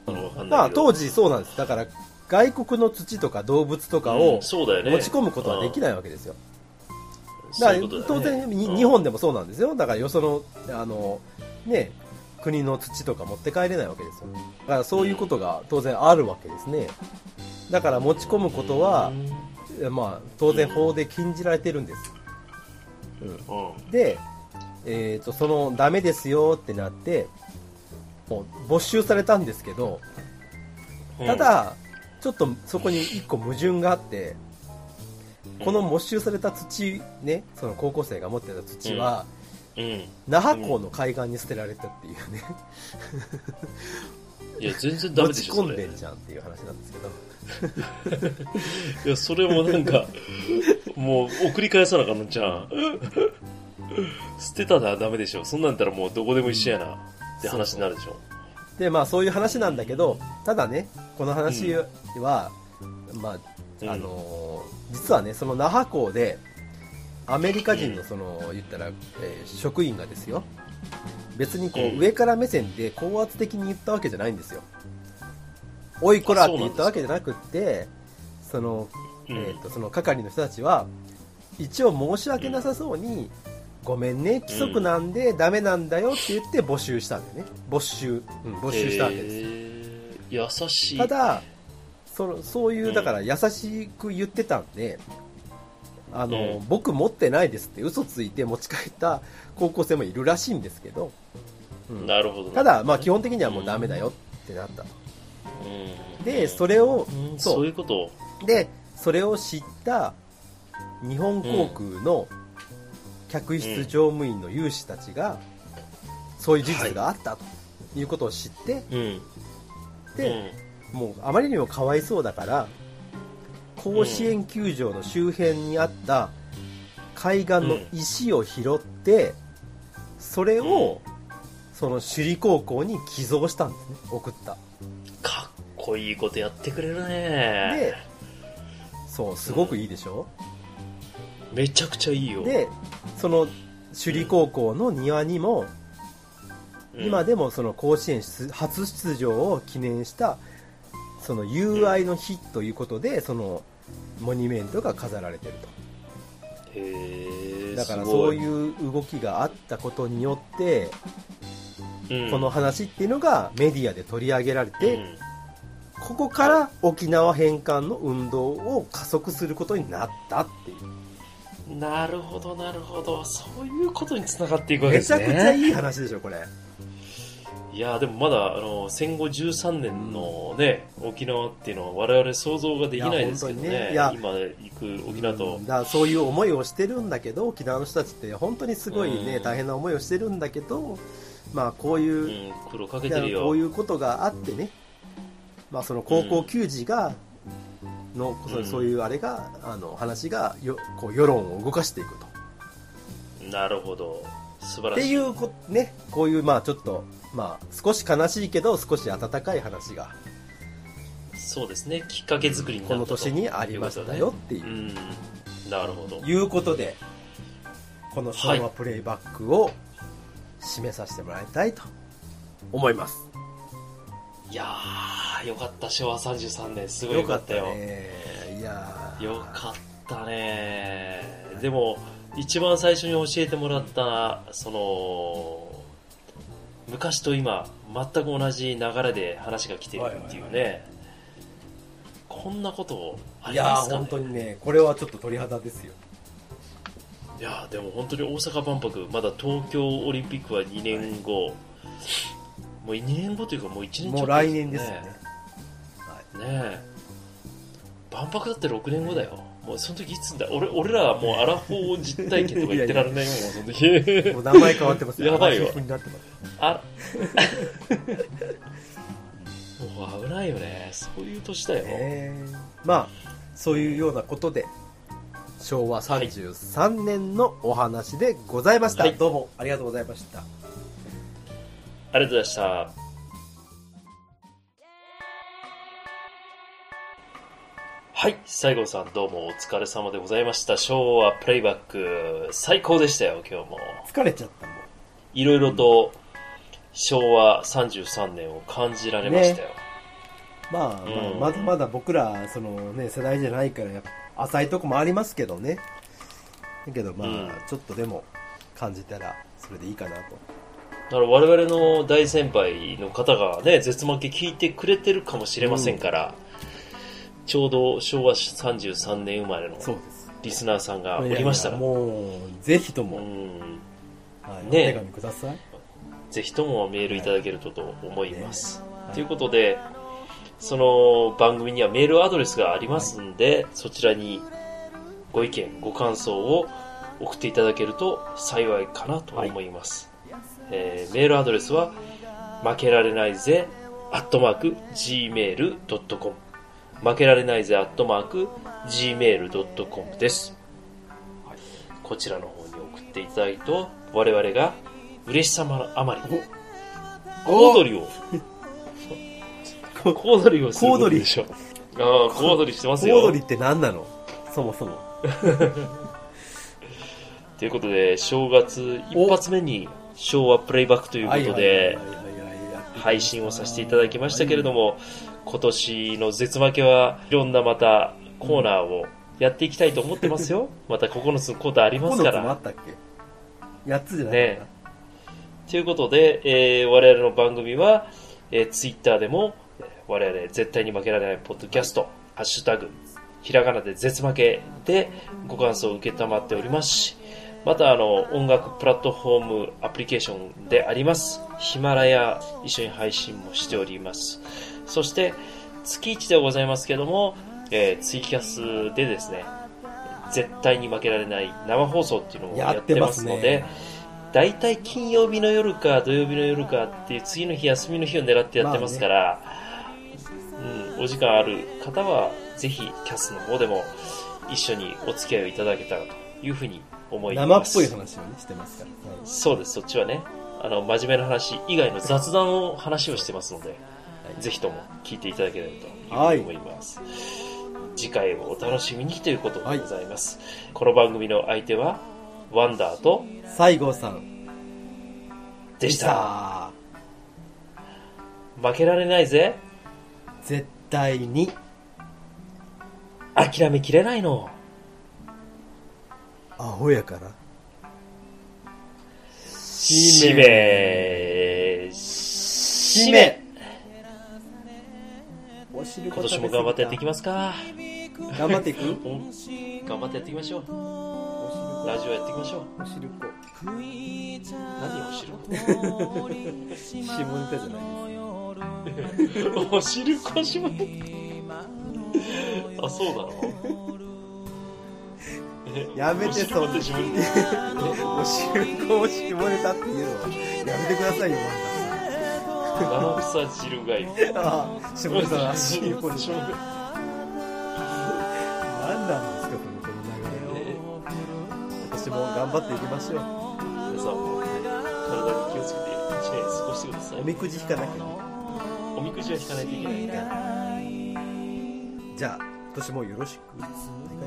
[SPEAKER 3] たの、
[SPEAKER 2] わかんないけど
[SPEAKER 3] まあ、当時そうなんですだから外国の土とか動物とかを
[SPEAKER 2] うんそうだよね
[SPEAKER 3] 持ち込むことはでき
[SPEAKER 2] い
[SPEAKER 3] ないわけですよ、
[SPEAKER 2] そ
[SPEAKER 3] だ
[SPEAKER 2] う
[SPEAKER 3] か
[SPEAKER 2] いう
[SPEAKER 3] ら
[SPEAKER 2] ことだ
[SPEAKER 3] 当
[SPEAKER 2] ね
[SPEAKER 3] 然、に
[SPEAKER 2] うん
[SPEAKER 3] 日本でもそうなんですよだからよそのあの、ね、国の土とか持って帰れないわけですよだからそういうことが当然あるわけですねだから持ち込むことは、まあ、当然法で禁じられてるんです、うん、
[SPEAKER 2] うんうん
[SPEAKER 3] で、えー、とそのダメですよってなってもう没収されたんですけどただ、ちょっとそこに一個矛盾があってこの没収された土ねその高校生が持ってた土は、
[SPEAKER 2] うん
[SPEAKER 3] 那覇港の海岸に捨てられたっていうね、
[SPEAKER 2] いや全然ダ
[SPEAKER 3] 持
[SPEAKER 2] メでし
[SPEAKER 3] ち
[SPEAKER 2] ょそ
[SPEAKER 3] 込ん
[SPEAKER 2] れ
[SPEAKER 3] でんじゃんっていう話なんですけど
[SPEAKER 2] いやそれもなんかもう送り返さなあかんのじゃん 捨てたらダメでしょそんなんたらもうどこでも一緒やなって話になるでしょ
[SPEAKER 3] でまあそういう話なんだけどただねこの話は、ま
[SPEAKER 2] うん
[SPEAKER 3] ああのー実はねその那覇港でアメリカ人のその、言ったら、えー職員がですよ別にこう、
[SPEAKER 2] うん
[SPEAKER 3] 上から目線で高圧的に言ったわけじゃないんですよおいこら
[SPEAKER 2] あ
[SPEAKER 3] っ
[SPEAKER 2] そ
[SPEAKER 3] て
[SPEAKER 2] うなんで
[SPEAKER 3] 言っ
[SPEAKER 2] す
[SPEAKER 3] た
[SPEAKER 2] か
[SPEAKER 3] わけじゃなくってその、
[SPEAKER 2] うん
[SPEAKER 3] えー、とその係の人たちは一応申し訳なさそうに、ごめんね規則なんでダメなんだよって言って募集したんだよね没収、うん、募集したわけです、
[SPEAKER 2] えー優しい
[SPEAKER 3] ただそのそういううんだから優しく言ってたんで、あの、
[SPEAKER 2] う
[SPEAKER 3] 僕持ってないですって嘘ついて持ち帰った高校生もいるらしいんですけど、うん
[SPEAKER 2] なるほどね
[SPEAKER 3] ただまあ基本的にはもうダメだよってなった、
[SPEAKER 2] うん
[SPEAKER 3] でそれを
[SPEAKER 2] うん
[SPEAKER 3] そう
[SPEAKER 2] そういうこと
[SPEAKER 3] でそれを知った日本航空の客室乗務員の有志たちが、そういう事実があったということを知って、
[SPEAKER 2] うん
[SPEAKER 3] で、もうあまりにもかわいそうだから甲子園球場の周辺にあった海岸の石を拾って、それをその首里高校に寄贈したんですね送った
[SPEAKER 2] かっこいいことやってくれるね
[SPEAKER 3] でそうすごくいいでしょ、
[SPEAKER 2] めちゃくちゃいいよ、
[SPEAKER 3] でその首里高校の庭にも、
[SPEAKER 2] うん
[SPEAKER 3] 今でもその甲子園出初出場を記念したその友愛の日ということで、そのモニュメントが飾られてると
[SPEAKER 2] へえ
[SPEAKER 3] だからそう
[SPEAKER 2] う、
[SPEAKER 3] いう動きがあったことによって、
[SPEAKER 2] うん
[SPEAKER 3] この話っていうのがメディアで取り上げられて、
[SPEAKER 2] うん
[SPEAKER 3] ここから沖縄返還の運動を加速することになったっていう
[SPEAKER 2] なるほどなるほどそういうことにつながっていくわけ
[SPEAKER 3] め
[SPEAKER 2] で
[SPEAKER 3] ち
[SPEAKER 2] す
[SPEAKER 3] ゃ
[SPEAKER 2] ね
[SPEAKER 3] くちゃいい話でしょこれ
[SPEAKER 2] いやーでもまだあの戦後13年のね、沖縄っていうのは我々想像ができないですけどね
[SPEAKER 3] いや本
[SPEAKER 2] 今行く沖縄と、
[SPEAKER 3] だからそういう思いをしてるんだけど沖縄の人たちって本当にすごいね、
[SPEAKER 2] うん
[SPEAKER 3] 大変な思いをしてるんだけどまあこういうう、
[SPEAKER 2] ん、苦労かけ
[SPEAKER 3] だ
[SPEAKER 2] て
[SPEAKER 3] か
[SPEAKER 2] る
[SPEAKER 3] ら
[SPEAKER 2] よ
[SPEAKER 3] こういうことがあってね、まあ、その高校球児が、のそ
[SPEAKER 2] うん
[SPEAKER 3] うそういうあれが、あの話がよこう世論を動かしていくと。
[SPEAKER 2] なるほど素晴
[SPEAKER 3] っ
[SPEAKER 2] ら
[SPEAKER 3] て
[SPEAKER 2] しい
[SPEAKER 3] いうこ,、ね、こういうまあちょっと、まあ、少し悲しいけど少し温かい話が
[SPEAKER 2] そうですねきっかけ作りになっ
[SPEAKER 3] こ
[SPEAKER 2] た
[SPEAKER 3] の
[SPEAKER 2] と
[SPEAKER 3] 年にありましたよっていうう。
[SPEAKER 2] んなるほど
[SPEAKER 3] いうことでこの昭和プレイバックを締めさせてもらいたいと思います。
[SPEAKER 2] いやーよかった昭和33年すごいよかったよ
[SPEAKER 3] ね。いやー
[SPEAKER 2] よかったねでも一番最初に教えてもらったその昔と今全く同じ流れで話が来てるっていうね、こんなことあ
[SPEAKER 3] い
[SPEAKER 2] り
[SPEAKER 3] や
[SPEAKER 2] ま
[SPEAKER 3] ー
[SPEAKER 2] すか、
[SPEAKER 3] 本
[SPEAKER 2] ね、
[SPEAKER 3] 当にね、これはちょっと鳥肌ですよ。
[SPEAKER 2] いやーでも本当に大阪万博まだ東京オリンピックは2年後、もう2年後というかもう1年ちょっと
[SPEAKER 3] もう来年ですよね。
[SPEAKER 2] ねえ万博だって6年後だよもうその時いつだ俺俺らはもうアラフォー実体験とか言ってられないよもうその時
[SPEAKER 3] もう名前変わってます よ。
[SPEAKER 2] やばいわ
[SPEAKER 3] アラフィフになってます
[SPEAKER 2] あ もう危ないよねそういう年だよ、
[SPEAKER 3] ねまあ、そういうようなことで、昭和33年のお話でございました。
[SPEAKER 2] はい
[SPEAKER 3] どうもありがとうございました。
[SPEAKER 2] ありがとうございましたはい、西郷さんどうもお疲れ様でございました。昭和プレイバック、最高でしたよ、今日も。
[SPEAKER 3] 疲れちゃったもん。
[SPEAKER 2] いろいろと昭和33年を感じられましたよ。
[SPEAKER 3] まあ、まあ
[SPEAKER 2] うん
[SPEAKER 3] まだまだ僕ら、そのね、世代じゃないから、やっぱ浅いとこもありますけどね。だけどまあ、
[SPEAKER 2] うん
[SPEAKER 3] ちょっとでも感じたら、それでいいかな
[SPEAKER 2] だ
[SPEAKER 3] と。
[SPEAKER 2] から我々の大先輩の方がね、絶負け聞いてくれてるかもしれませんから、ちょうど昭和33年生まれの
[SPEAKER 3] そうです。
[SPEAKER 2] リスナーさんがおりましたら、
[SPEAKER 3] もう、ぜひとも、
[SPEAKER 2] うん
[SPEAKER 3] は
[SPEAKER 2] ね
[SPEAKER 3] い、お手紙ください。
[SPEAKER 2] ぜひともメールいただけるとと思います。ということで、その番組にはメールアドレスがありますんで、そちらにご意見、ご感想を送っていただけると幸いかなと思います。えーメールアドレスは、負けられないぜ、アットマーク、gmail.com。負けられないぜ、アットマーク、gmail.com です。こちらの方に送っていただくと、我々が嬉しさまのあまり、コードリを、コードリをすることでしょ。ああ、コードリしてますよ。
[SPEAKER 3] コードリって何なのそもそも。
[SPEAKER 2] ということで、正月一発目に昭和プレイバックということで、配信をさせていただきましたけれど
[SPEAKER 3] も。
[SPEAKER 2] も、今年の絶負けはいろんなまたコーナーをやっていきたいと思ってます よ。また9つのコーナーありま
[SPEAKER 3] 9
[SPEAKER 2] す
[SPEAKER 3] つ
[SPEAKER 2] か
[SPEAKER 3] もあ
[SPEAKER 2] ら。
[SPEAKER 3] ったっけ ?8 つじゃない
[SPEAKER 2] ねということで、えー我々の番組は、えー、ツイッターでも、えー我々絶対に負けられないポッドキャスト、ハッシュタグ、ひらがなで絶負けでご感想を受けたまっておりますし、またあの、音楽プラットフォームアプリケーションであります、ヒマラヤ、一緒に配信もしております。そして、月1ではございますけども、えーツイキャスでですね、絶対に負けられない生放送っていうのを
[SPEAKER 3] や
[SPEAKER 2] や
[SPEAKER 3] っ
[SPEAKER 2] ってて
[SPEAKER 3] ま
[SPEAKER 2] ますす
[SPEAKER 3] ね
[SPEAKER 2] ので、大体金曜日の夜か土曜日の夜かっていう次の日休みの日を狙ってやってますから、うん、お時間ある方はぜひキャスの方でも一緒にお付き合いをいただけたらというふうに思い
[SPEAKER 3] 生っ
[SPEAKER 2] ます
[SPEAKER 3] ぽい話をね、してますから。はい
[SPEAKER 2] そうですそっちはねあの真面目な話以外の雑談の話をしてますので、ぜひとも聞いていただければというふうに思います、次回をお楽しみにということでございます、この番組の相手はワンダーと
[SPEAKER 3] 西郷さん
[SPEAKER 2] でし
[SPEAKER 3] さ
[SPEAKER 2] た
[SPEAKER 3] あ
[SPEAKER 2] 負けられないぜ
[SPEAKER 3] 絶対に
[SPEAKER 2] 諦めきれないの
[SPEAKER 3] アホやから
[SPEAKER 2] しめしめ
[SPEAKER 3] お汁粉
[SPEAKER 2] 今年も頑張ってやっていきますか
[SPEAKER 3] ます頑張っていく
[SPEAKER 2] うん頑張ってやっていきましょう
[SPEAKER 3] お
[SPEAKER 2] ラジオやっていきましょう
[SPEAKER 3] 汁粉
[SPEAKER 2] 何をしろ
[SPEAKER 3] お汁粉下ネタじゃない
[SPEAKER 2] お汁粉しま あ、そうなの
[SPEAKER 3] やめて
[SPEAKER 2] お汁粉って自分で
[SPEAKER 3] お汁粉を下ネタっていうのはやめてくださいよ
[SPEAKER 2] 七草汁がいい
[SPEAKER 3] ワンダさんああ下ネタだ汁粉
[SPEAKER 2] しま
[SPEAKER 3] 何なんですかこのこの流れ今年も頑張っていきましょう
[SPEAKER 2] 皆さんも体に気をつけて一年過ごしてください
[SPEAKER 3] おみくじ引かなきゃ
[SPEAKER 2] おみくじは引かないといけない
[SPEAKER 3] じゃあ今年もよろしくお願いし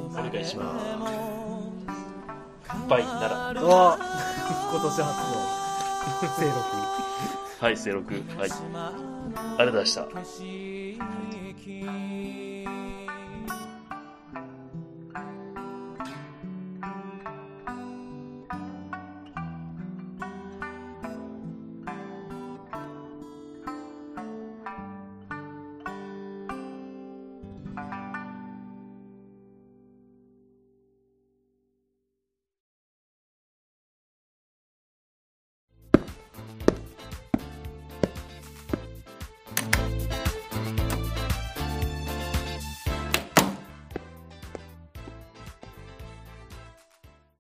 [SPEAKER 3] ま
[SPEAKER 2] お
[SPEAKER 3] す
[SPEAKER 2] 願いしますバイなら
[SPEAKER 3] お今年初の正録
[SPEAKER 2] はい、正録。はい。ありがとうございました。
[SPEAKER 5] 景色